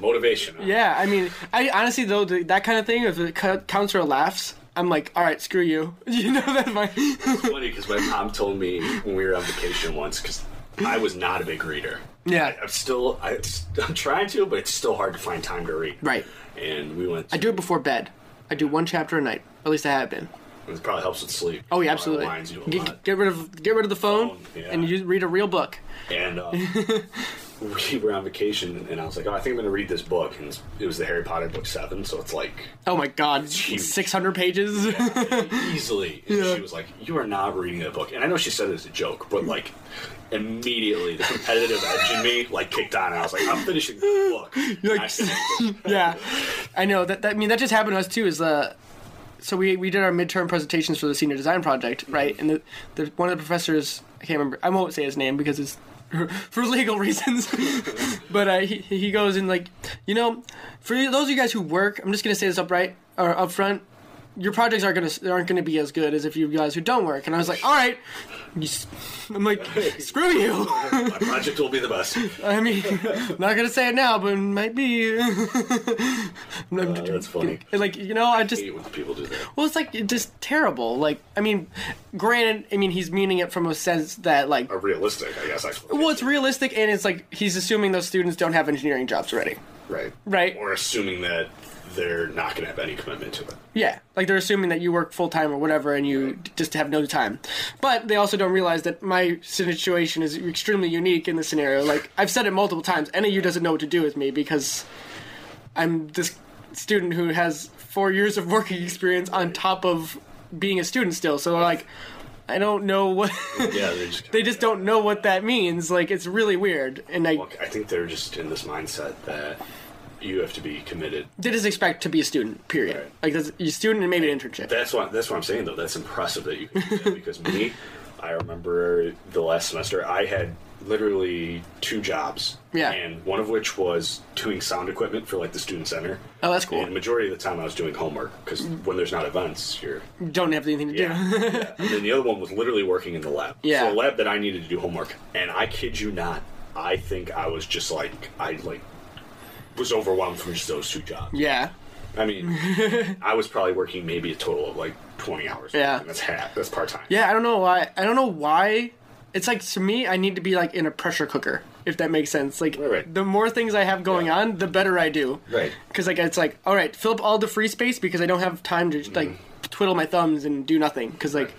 motivation. huh? Yeah, I mean, I honestly though the, that kind of thing. If the cou- counselor laughs, I'm like, all right, screw you. You know that's my. It's funny because my mom told me when we were on vacation once because I was not a big reader. Yeah. I, I'm still I, I'm trying to, but it's still hard to find time to read. Right. And we went. I do it before bed. I do one chapter a night. At least I have been. It probably helps with sleep. Oh It yeah, absolutely. Reminds you a Get, lot. get rid of get rid of the phone, Phone, yeah. and you read a real book. And uh, we were on vacation, and I was like, "Oh, I think I'm going to read this book." And it was the Harry Potter book seven, so it's like Oh my god, huge. six hundred pages. easily. And Yeah. she was like, "You are not reading that book." And I know she said it as a joke, but like immediately the competitive edge in me like kicked on, and I was like, "I'm finishing this book." You're And I like- finished it. yeah, I know that, that. I mean, that just happened to us too. Is uh, so we we did our midterm presentations for the senior design project, right? And the, the one of the professors, I can't remember. I won't say his name because it's for legal reasons. but uh, he he goes and like, you know, for those of you guys who work, I'm just gonna say this upright or up front. Your projects aren't gonna aren't gonna be as good as if you guys who don't work. And I was like, all right, You s- I'm like, screw you. My project will be the best. I mean, not gonna say it now, but it might be. No, Uh, that's funny. and, like you know, I just hate when people do that. well, it's like it's just terrible. Like I mean, granted, I mean he's meaning it from a sense that like Or realistic, I guess. I well, it's realistic and it's like he's assuming those students don't have engineering jobs already. right? Right. Or assuming that they're not going to have any commitment to it. Yeah, like they're assuming that you work full time or whatever, and you d- just have no time. But they also don't realize that my situation is extremely unique in this scenario. Like I've said it multiple times, NAU doesn't know what to do with me because I'm this student who has four years of working experience on top of being a student still. So like, I don't know what Yeah, they just they just don't know what that means. Like it's really weird, and I Look, I think they're just in this mindset that you have to be committed. did just expect to be a student. Period. Right. Like that's a student and maybe an internship. That's what that's what I'm saying though. That's impressive that you can do that because me, I remember the last semester I had literally two jobs. Yeah. And one of which was doing sound equipment for like the student center. Oh, that's cool. And the majority of the time I was doing homework because when there's not events, you're don't have anything to Yeah. do. yeah. And then the other one was literally working in the lab. Yeah. So a lab that I needed to do homework. And I kid you not, I think I was just like I like was overwhelmed from just those two jobs. yeah. I mean I was probably working maybe a total of like twenty hours. Yeah. And that's half that's part time. Yeah, I don't know why. I don't know why. It's like to me, I need to be like in a pressure cooker, if that makes sense. Like Right, right. the more things I have going Yeah. on, the better I do. Right. Because like it's like all right, fill up all the free space because I don't have time to like Mm-hmm. twiddle my thumbs and do nothing. Because like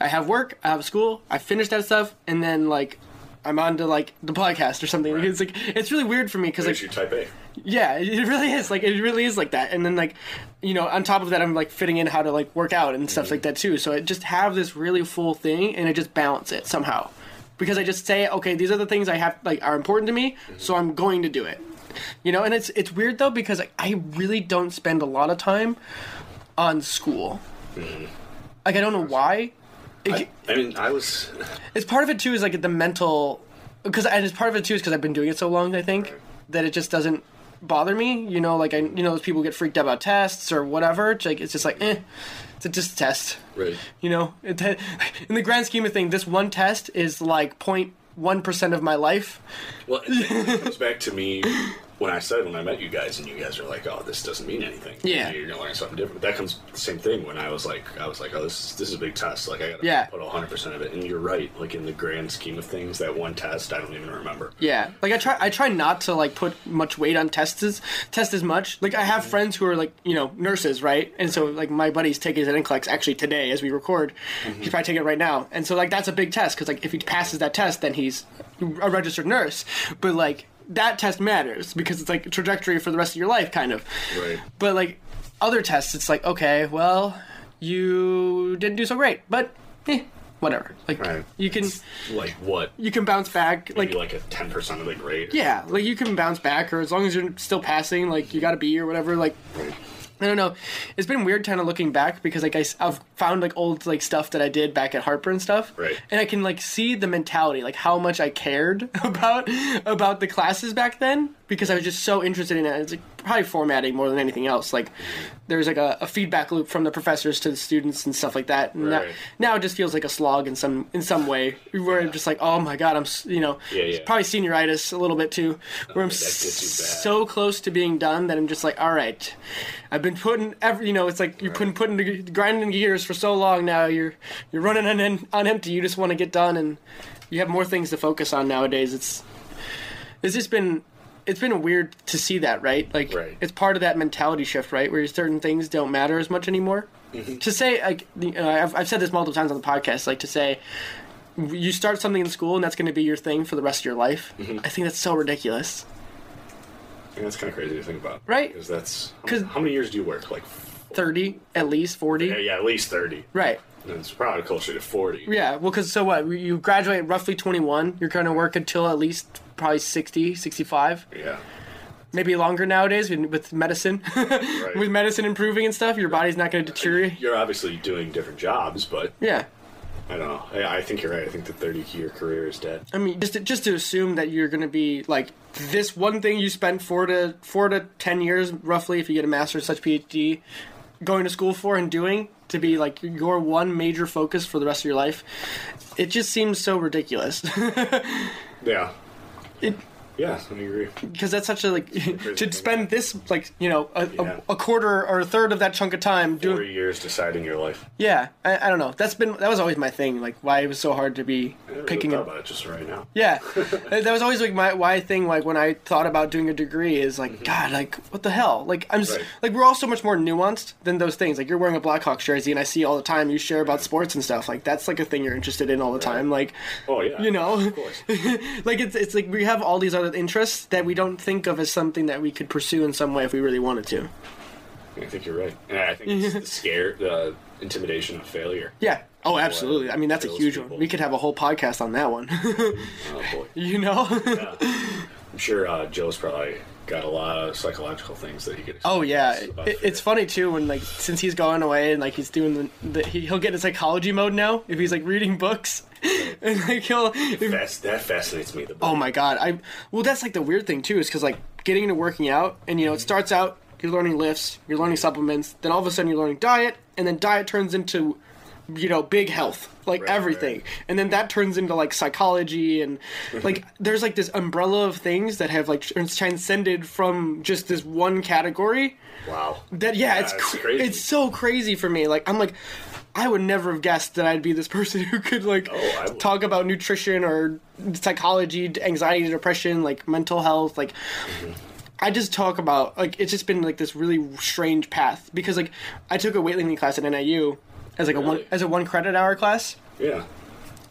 I have work, I have school, I finish that stuff, and then like. I'm on to like the podcast or something. Right. It's like it's really weird for me because Makes like you type A. yeah, it really is. Like it really is like that. And then like, you know, on top of that, I'm like fitting in how to like work out and stuff like that too. So I just have this really full thing, and I just balance it somehow, because I just say, okay, these are the things I have like are important to me, so I'm going to do it. You know, and it's it's weird though because like, I really don't spend a lot of time on school. Like I don't know why. It, I mean I was it's part of it too is like the mental because and it's part of it too is because I've been doing it so long I think that it just doesn't bother me you know like I you know those people get freaked out about tests or whatever it's like it's just like eh it's a just a test Right. you know it, in the grand scheme of things this one test is like 0.1 percent of my life Well it comes back to me when I said when I met you guys and you guys are like, Oh, this doesn't mean anything. Yeah. You're gonna learn something different. That comes the same thing when I was like I was like, Oh, this is this is a big test, like I gotta Yeah. put hundred percent of it. And you're right, like in the grand scheme of things, that one test I don't even remember. Yeah, like I try. I try not to like put much weight on tests. Test as much. Like I have friends who are like you know nurses, right? And so like my buddy's taking his NCLEX actually today as we record. Mm-hmm. He's probably taking it right now. And so like that's a big test because like if he passes that test, then he's a registered nurse. But like that test matters because it's like a trajectory for the rest of your life, kind of. Right. But like other tests, it's like okay, well, you didn't do so great, but eh, whatever. Like Right. you can Like what? you can bounce back. Like Maybe like a ten percent of the grade. yeah, like you can bounce back, or as long as you're still passing, like you got to be or whatever. Like I don't know, it's been weird kind of looking back because like I, have found like old like stuff that I did back at Harper and stuff, Right. And I can like see the mentality, like how much I cared about about the classes back then because I was just so interested in it. It's like probably formatting more than anything else. Like there's like a, a feedback loop from the professors to the students and stuff like that. And now, Right. now it just feels like a slog in some in some way where I'm just like, oh my god, I'm s- you know Yeah, yeah. probably senioritis a little bit too, where I'm that gets you bad. so close to being done that I'm just like, all right, I've been putting every, you know, it's like you've been putting the- grinding gears for so long now. You're you're running on en- on empty. You just want to get done, and you have more things to focus on nowadays. It's it's just been it's been weird to see that, right? Like Right. it's part of that mentality shift, right, where certain things don't matter as much anymore. Mm-hmm. To say, like, you know, I've, I've said this multiple times on the podcast, like to say you start something in school and that's going to be your thing for the rest of your life. Mm-hmm. I think that's so ridiculous. And that's kind of crazy to think about. Right. Because that's how- 'Cause- how, many years do you work? Like 30 at least 40 yeah, yeah, at least thirty. right And it's probably closer to forty. yeah well because so what you graduate roughly 21 you're going to work until at least probably 60 65 Yeah. maybe longer nowadays with- with medicine with medicine improving and stuff your body's not going to deteriorate You're obviously doing different jobs, but yeah I don't know. I, I think you're right. I think the 30 year career is dead. I mean, just to, just to assume that you're going to be like this one thing you spent four to four to ten years roughly, if you get a master's such PhD, going to school for and doing to be like your one major focus for the rest of your life, it just seems so ridiculous. Yeah. it Yeah, I agree. because that's such a like to spend this like you know a, Yeah. a, a quarter or a third of that chunk of time Four doing years deciding your life. yeah I, I don't know that's been that was always my thing like why it was so hard to be I never picking really thought up about it just right now. yeah that that was always like my why thing like when I thought about doing a degree is like God like what the hell like I'm s Mm-hmm. Right. like we're all so much more nuanced than those things like you're wearing a Blackhawks jersey and I see all the time you share about sports and stuff like that's like a thing you're interested in all the time like Oh yeah, you know Of course. like it's it's like we have all these other interests that we don't think of as something that we could pursue in some way if we really wanted to. I think you're right, and I think it's the scare, the intimidation of failure. Yeah. Oh, absolutely. I mean, that's a Those huge people. one. We could have a whole podcast on that one. Oh boy, you know? I'm sure uh, Joe's probably got a lot of psychological things that he could. Oh yeah, experience about it, it's fear. funny too when like since he's going away and like he's doing the, the he, he'll get in psychology mode now if he's like reading books and like he'll if- Fas- that fascinates me. The oh my god i well that's like the weird thing too is because like getting into working out and you know it starts out you're learning lifts you're learning supplements then all of a sudden you're learning diet and then diet turns into you know big health like Right, everything right. and then that turns into like psychology and like there's like this umbrella of things that have like trans- transcended from just this one category wow. that yeah, it's it's cra- crazy. it's so crazy for me. Like I'm like I would never have guessed that I'd be this person who could like Oh, I would. talk about nutrition or psychology, anxiety, depression, like mental health, like Mm-hmm. I just talk about like it's just been like this really strange path because like I took a weightlifting class at NIU as like a one Really? as a one credit hour class yeah.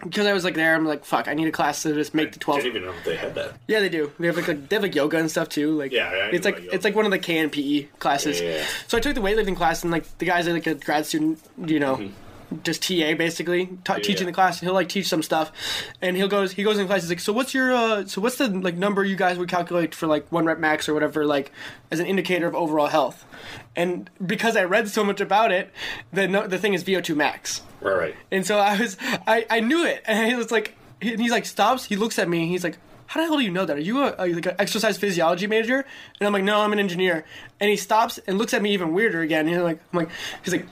because I was like there I'm like fuck I need a class to just make the 12 Didn't even know they had that. yeah, they do. They have like, like they have like yoga and stuff too. Like Yeah, yeah, I it's know like about yoga. it's like one of the KNPE classes. Yeah, yeah, yeah. So I took the weightlifting class and like the guys are like a grad student, you know, just TA basically ta teaching Mm-hmm. yeah. the class. He'll like teach some stuff, and he'll goes he goes in class. He's like, so what's your uh, so what's the like number you guys would calculate for like one rep max or whatever like as an indicator of overall health? And because I read so much about it, the no, the thing is VO2 max. All right. And so I was, I, I knew it. And he was like, he- and he's like, stops. He looks at me. And he's like, how the hell do you know that? Are you a, are you like an exercise physiology major? And I'm like, no, I'm an engineer. And he stops and looks at me even weirder again. And he's like, I'm like, he's like,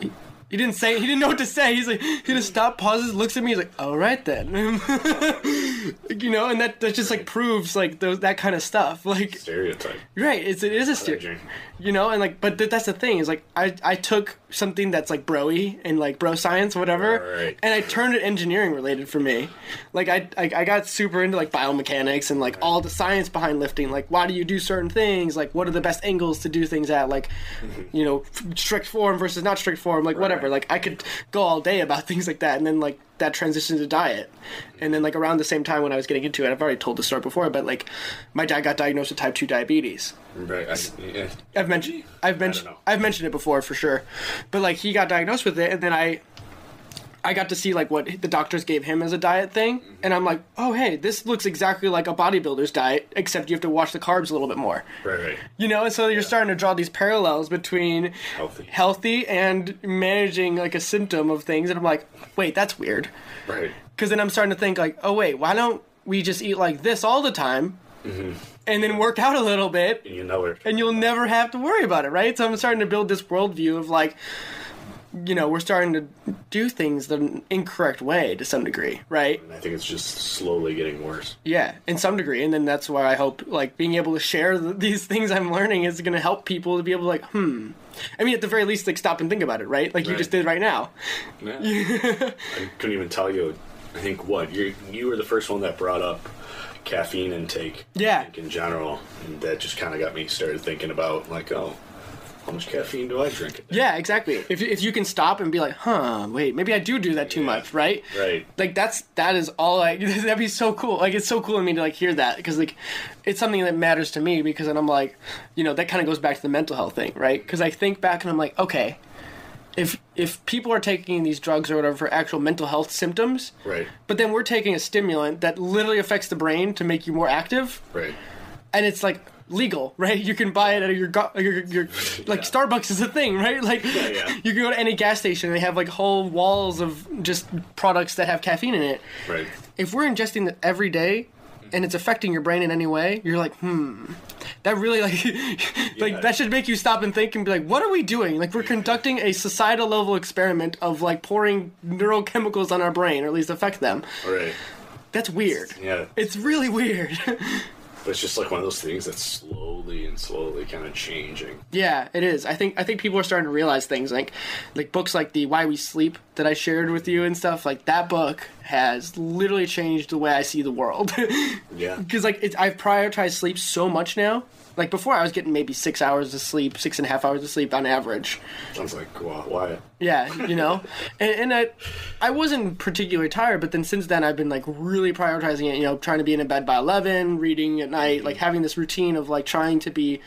he- he didn't say, he didn't know what to say. He's like, he just stopped, pauses, looks at me. He's like, all right then. you know, and that, that just like proves like those, that kind of stuff. Like, Stereotype. Right, it's it is a Hygiene. steer, you know, and like, but th- that's the thing is like, I I took something that's like broy and like bro science, whatever, Right. and I turned it engineering related for me. Like I I, I got super into like biomechanics and like all the science behind lifting, like why do you do certain things, like what are the best angles to do things at, like, you know, f- strict form versus not strict form, like whatever. Mm-hmm. right. Like I could go all day about things like that, and then like that transitioned to diet, and then like around the same time when I was getting into it, I've already told the story before, but like my dad got diagnosed with type two diabetes. Right. I, yeah. I've mentioned I've mentioned know. I've mentioned it before for sure, but like he got diagnosed with it, and then I I got to see like what the doctors gave him as a diet thing, Mm-hmm. and I'm like, oh hey, this looks exactly like a bodybuilder's diet, except you have to watch the carbs a little bit more, Right. Right. you know. And so you're starting to draw these parallels between Healthy. healthy and managing like a symptom of things, and I'm like, wait, that's weird, Right. because then I'm starting to think like, oh wait, why don't we just eat like this all the time, Mm-hmm. and then work out a little bit, You know it. and you'll never have to worry about it, right? So I'm starting to build this worldview of like, you know, we're starting to do things the incorrect way to some degree, right? I think it's just slowly getting worse. Yeah, in some degree, and then that's why I hope like being able to share th- these things I'm learning is going to help people to be able to like, hmm. I mean, at the very least, like stop and think about it, right? Like you Right. just did right now. Yeah. I couldn't even tell you. I think what you you were the first one that brought up caffeine intake. Yeah. I think in general, and that just kind of got me started thinking about like, oh, how much caffeine do I drink? a day? Yeah, exactly. If if you can stop and be like, huh, wait, maybe I do do that too Yeah. much, right? Right. Like that's that is all I. That'd be so cool. Like it's so cool of me to like hear that because like it's something that matters to me because then I'm like, you know, that kind of goes back to the mental health thing, right? Because I think back and I'm like, okay, if if people are taking these drugs or whatever for actual mental health symptoms, Right. but then we're taking a stimulant that literally affects the brain to make you more active Right. and it's like legal, right? You can buy it at your go- your, your like Yeah. Starbucks is a thing, right? Like yeah. you can go to any gas station and they have like whole walls of just products that have caffeine in it. Right. If we're ingesting that every day and it's affecting your brain in any way, you're like, hmm. That really like like Yeah. that should make you stop and think and be like, what are we doing? Like we're conducting a societal level experiment of like pouring neurochemicals on our brain or at least affect them Right. That's weird. Yeah. It's really weird. But it's just like one of those things that's slowly and slowly kind of changing. yeah, it is. I think I think people are starting to realize things like like books like the Why We Sleep that I shared with you and stuff like that book has literally changed the way I see the world. Yeah. because like it, I've prioritized sleep so much now. Like before, I was getting maybe six hours of sleep, six and a half hours of sleep on average. Sounds like wow, why? Yeah, you know, and, and I, I wasn't particularly tired, but then since then I've been like really prioritizing it. You know, trying to be in bed by eleven, reading at night, like having this routine of like trying to be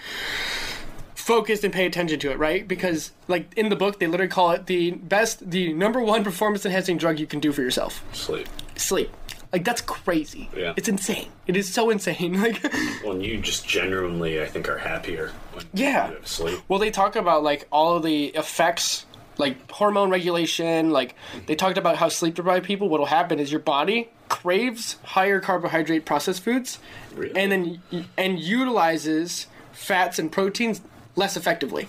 focused and pay attention to it, right? Because like in the book, they literally call it the best, the number one performance enhancing drug you can do for yourself, Sleep. sleep. Like that's crazy. Yeah. It's insane. It is so insane. Like. Well, and you just genuinely, I think, are happier when Yeah. you have sleep. Well, they talk about like all of the effects, like hormone regulation. Like they talked about how sleep deprived people, what'll happen is your body craves higher carbohydrate processed foods, Really? and then and utilizes fats and proteins less effectively.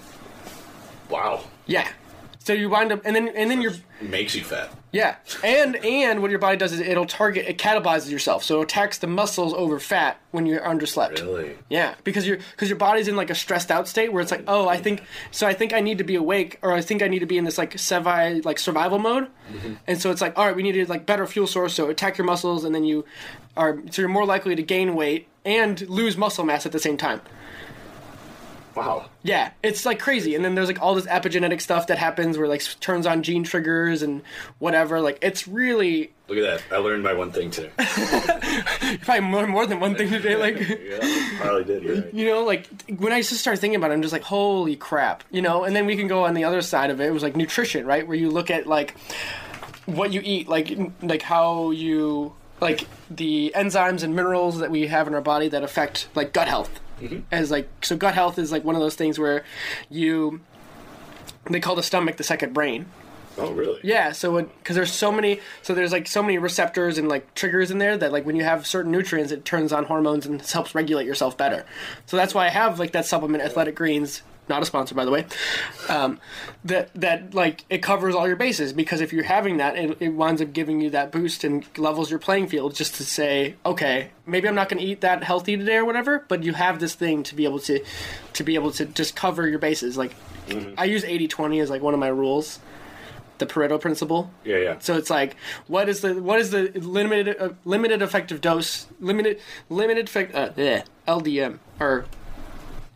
Wow. Yeah. So you wind up, and then and then your Makes you fat. yeah, and and what your body does is it'll target it catabolizes yourself, so it attacks the muscles over fat when you're underslept. Really? Yeah, because your because your body's in like a stressed out state where it's like, oh, I think so. I think I need to be awake, or I think I need to be in this like sevi like survival mode, and so it's like, all right, we need to like better fuel source, so attack your muscles, and then you are so you're more likely to gain weight and lose muscle mass at the same time. Wow. Yeah, it's like crazy, and then there's like all this epigenetic stuff that happens where like s- turns on gene triggers and whatever. Like it's really Look at that. I learned my one thing today. probably more more than one thing today. Like. yeah, probably did. You're right. You know, like when I just started thinking about it, I'm just like, holy crap, you know. And then we can go on the other side of it. It was like nutrition, right? Where you look at like what you eat, like like how you like the enzymes and minerals that we have in our body that affect like gut health. As like so, gut health is like one of those things where you they call the stomach the second brain. Oh, really? Yeah, so because there's so many, so there's like so many receptors and like triggers in there that like when you have certain nutrients, it turns on hormones and helps regulate yourself better. So that's why I have like that supplement, Athletic Greens, not a sponsor by the way. Um, that that like it covers all your bases because if you're having that, it, it winds up giving you that boost and levels your playing field just to say, okay, maybe I'm not going to eat that healthy today or whatever, but you have this thing to be able to to be able to just cover your bases. Like I use 80-20 as like one of my rules the Pareto principle. Yeah, yeah. So it's like, what is the what is the limited uh, limited effective dose limited limited effect uh, bleh, LDM or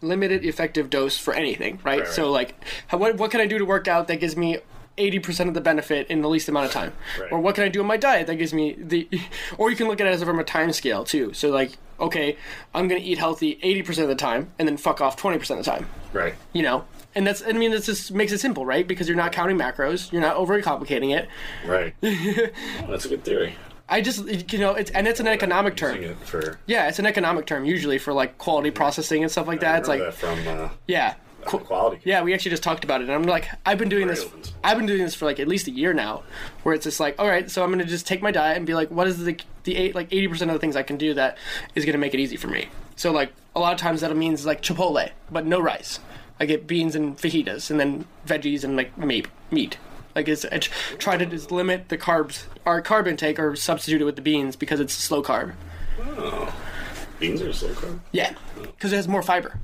limited effective dose for anything, right? Right, So right. like, how, what what can I do to work out that gives me eighty percent of the benefit in the least amount of time, Right. or what can I do in my diet that gives me the, or you can look at it as from a time scale too. So like, okay, I'm gonna eat healthy eighty percent of the time and then fuck off twenty percent of the time Right. you know and that's i mean this just makes it simple right because you're not counting macros you're not overly complicating it Right. Oh, that's a good theory. i just you know it's and it's an economic Using term it for. yeah it's an economic term usually for like quality processing and stuff like that it's like Remember that from uh, yeah the qu- quality. yeah we actually just talked about it and i'm like i've been doing this Railings. i've been doing this for like at least a year now where it's just like all right so i'm gonna just take my diet and be like what is the the eight like 80% of the things i can do that is gonna make it easy for me so like a lot of times that means like chipotle but no rice i get beans and fajitas and then veggies and like meat meat like it's I tr- try to just limit the carbs our carb intake or substitute it with the beans because it's slow carb Oh. Beans are slow carb. yeah because it has more fiber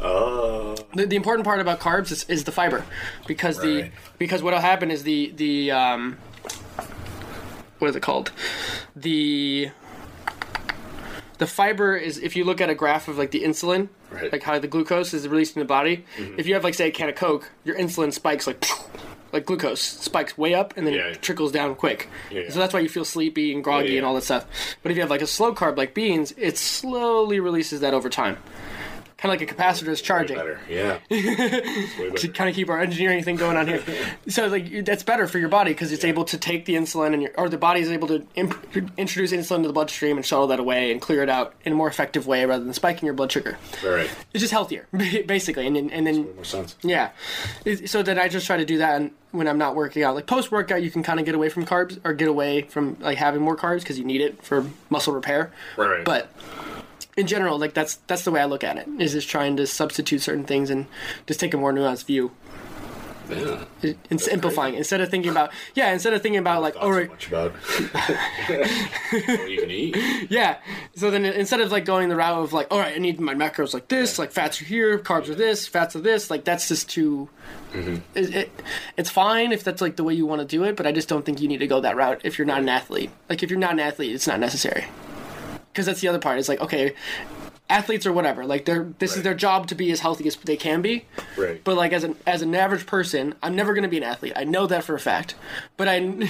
Oh. the, the important part about carbs is, is the fiber because the Right. because what'll happen is the the um, what is it called the the fiber is if you look at a graph of like the insulin Right. Mm-hmm. like how the glucose is released in the body if you have like say a can of coke your insulin spikes like like glucose spikes way up and then Yeah. it trickles down quick Yeah. so that's why you feel sleepy and groggy Yeah, yeah. and all that stuff but if you have like a slow carb like beans it slowly releases that over time kind of like a capacitor is charging Better. Yeah. It's way to better. kind of keep our engineering thing going on here. so like that's better for your body because it's able to take the insulin and your, or the body is able to imp- introduce insulin to the bloodstream and shuttle that away and clear it out in a more effective way rather than spiking your blood sugar. All right. It's just healthier basically, and then, and then More sense. yeah. It- So then I just try to do that and when I'm not working out. Like post workout, you can kind of get away from carbs or get away from like having more carbs because you need it for muscle repair. Right, right. But in general, like that's that's the way I look at it. Is just trying to substitute certain things and just take a more nuanced view. Yeah. It- and simplifying instead of thinking about yeah instead of thinking about like Thought all so right much about what you can eat. yeah so then instead of like going the route of like all right i need my macros like this like fats are here carbs are this fats are this like that's just too it, it, it's fine if that's like the way you want to do it but i just don't think you need to go that route if you're not an athlete like if you're not an athlete it's not necessary because that's the other part it's like okay athletes or whatever like they're this is Right. their job to be as healthy as they can be Right. but like as an as an average person, I'm never gonna be an athlete. I know that for a fact. But I do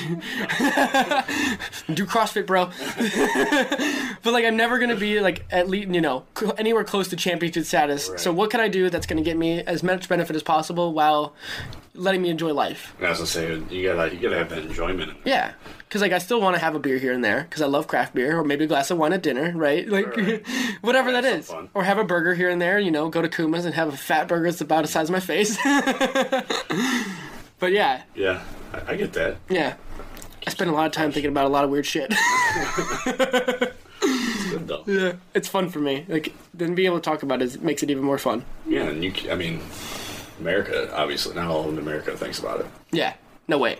CrossFit, bro. but like I'm never gonna be like at least you know cl- anywhere close to championship status. Right. So what can I do that's gonna get me as much benefit as possible while letting me enjoy life? And as I say, you gotta you gotta have that enjoyment. In it. Yeah, because like I still want to have a beer here and there because I love craft beer or maybe a glass of wine at dinner, right? Like Right. whatever that Some is, fun. or have a burger here and there. You know, go to Kuma's and have a fat burger that's about the size of my face. but yeah, Yeah, I, I get that. yeah, I spend a lot of time thinking about a lot of weird shit. It's good though. yeah, it's fun for me. Like then being able to talk about it is- makes it even more fun. Yeah, and you. c- I mean, America. Obviously, not all of America thinks about it. Yeah, no way.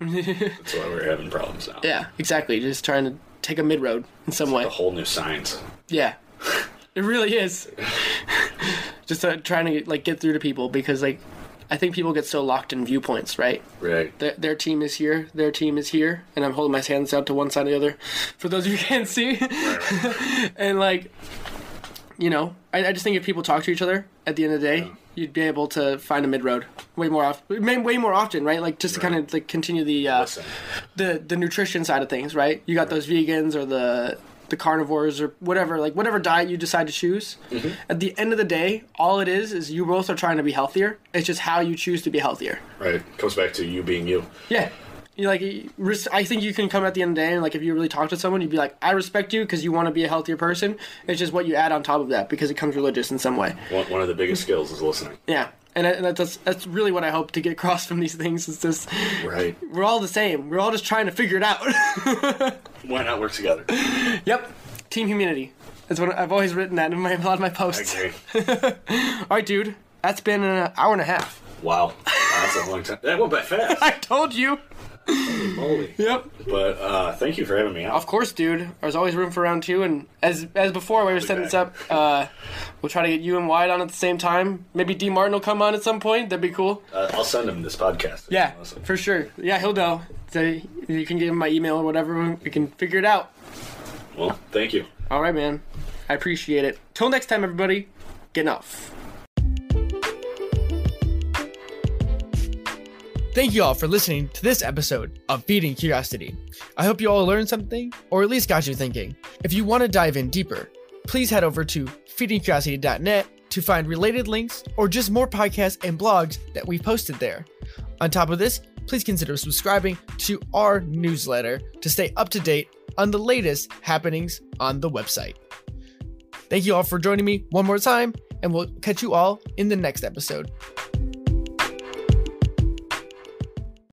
That's why we're having problems now. Yeah, exactly. Just trying to take a mid road in some way. A whole new science. Yeah. It really is. Just uh, trying to like get through to people because like I think people get so locked in viewpoints, right? Right. Their, their team is here, their team is here, and I'm holding my hands out to one side or the other for those of you who can't see. and like you know, I, I just think if people talk to each other at the end of the day, you'd be able to find a mid road way more often, way more often, right? Like just to kind of like continue the uh, Listen, the the nutrition side of things, right? You got those vegans or the the carnivores or whatever, like whatever diet you decide to choose. At the end of the day, all it is is you both are trying to be healthier. It's just how you choose to be healthier. right. Comes back to you being you. Yeah. You like res- I think you can come at the end of the day and like if you really talk to someone, you'd be like, I respect you because you want to be a healthier person. It's just what you add on top of that because it comes religious in some way. One, one of the biggest skills is listening. Yeah. And, I, and that's that's really what I hope to get across from these things is just Right. we're all the same. We're all just trying to figure it out. Why not work together? Yep. Team humanity. That's what I've always written that in my, a lot of my posts. Okay. All right, dude. That's been an hour and a half. Wow. That's a long time. That went by fast. I told you. Holy. Yep. But uh, thank you for having me Of out. course, dude. There's always room for round two, and as as before, we were setting this up. Uh, we'll try to get you and Wyatt on at the same time. Maybe D Martin will come on at some point. That'd be cool. Uh, I'll send him this podcast. Yeah, Listen. for sure. Yeah, he'll know. So you can give him my email or whatever. We can figure it out. Well, thank you. All right, man. I appreciate it. Till next time, everybody. Get off. Thank you all for listening to this episode of Feeding Curiosity. I hope you all learned something, or at least got you thinking. If you want to dive in deeper, please head over to feedingcuriosity.net to find related links or just more podcasts and blogs that we've posted there. On top of this, please consider subscribing to our newsletter to stay up to date on the latest happenings on the website. Thank you all for joining me one more time, and we'll catch you all in the next episode.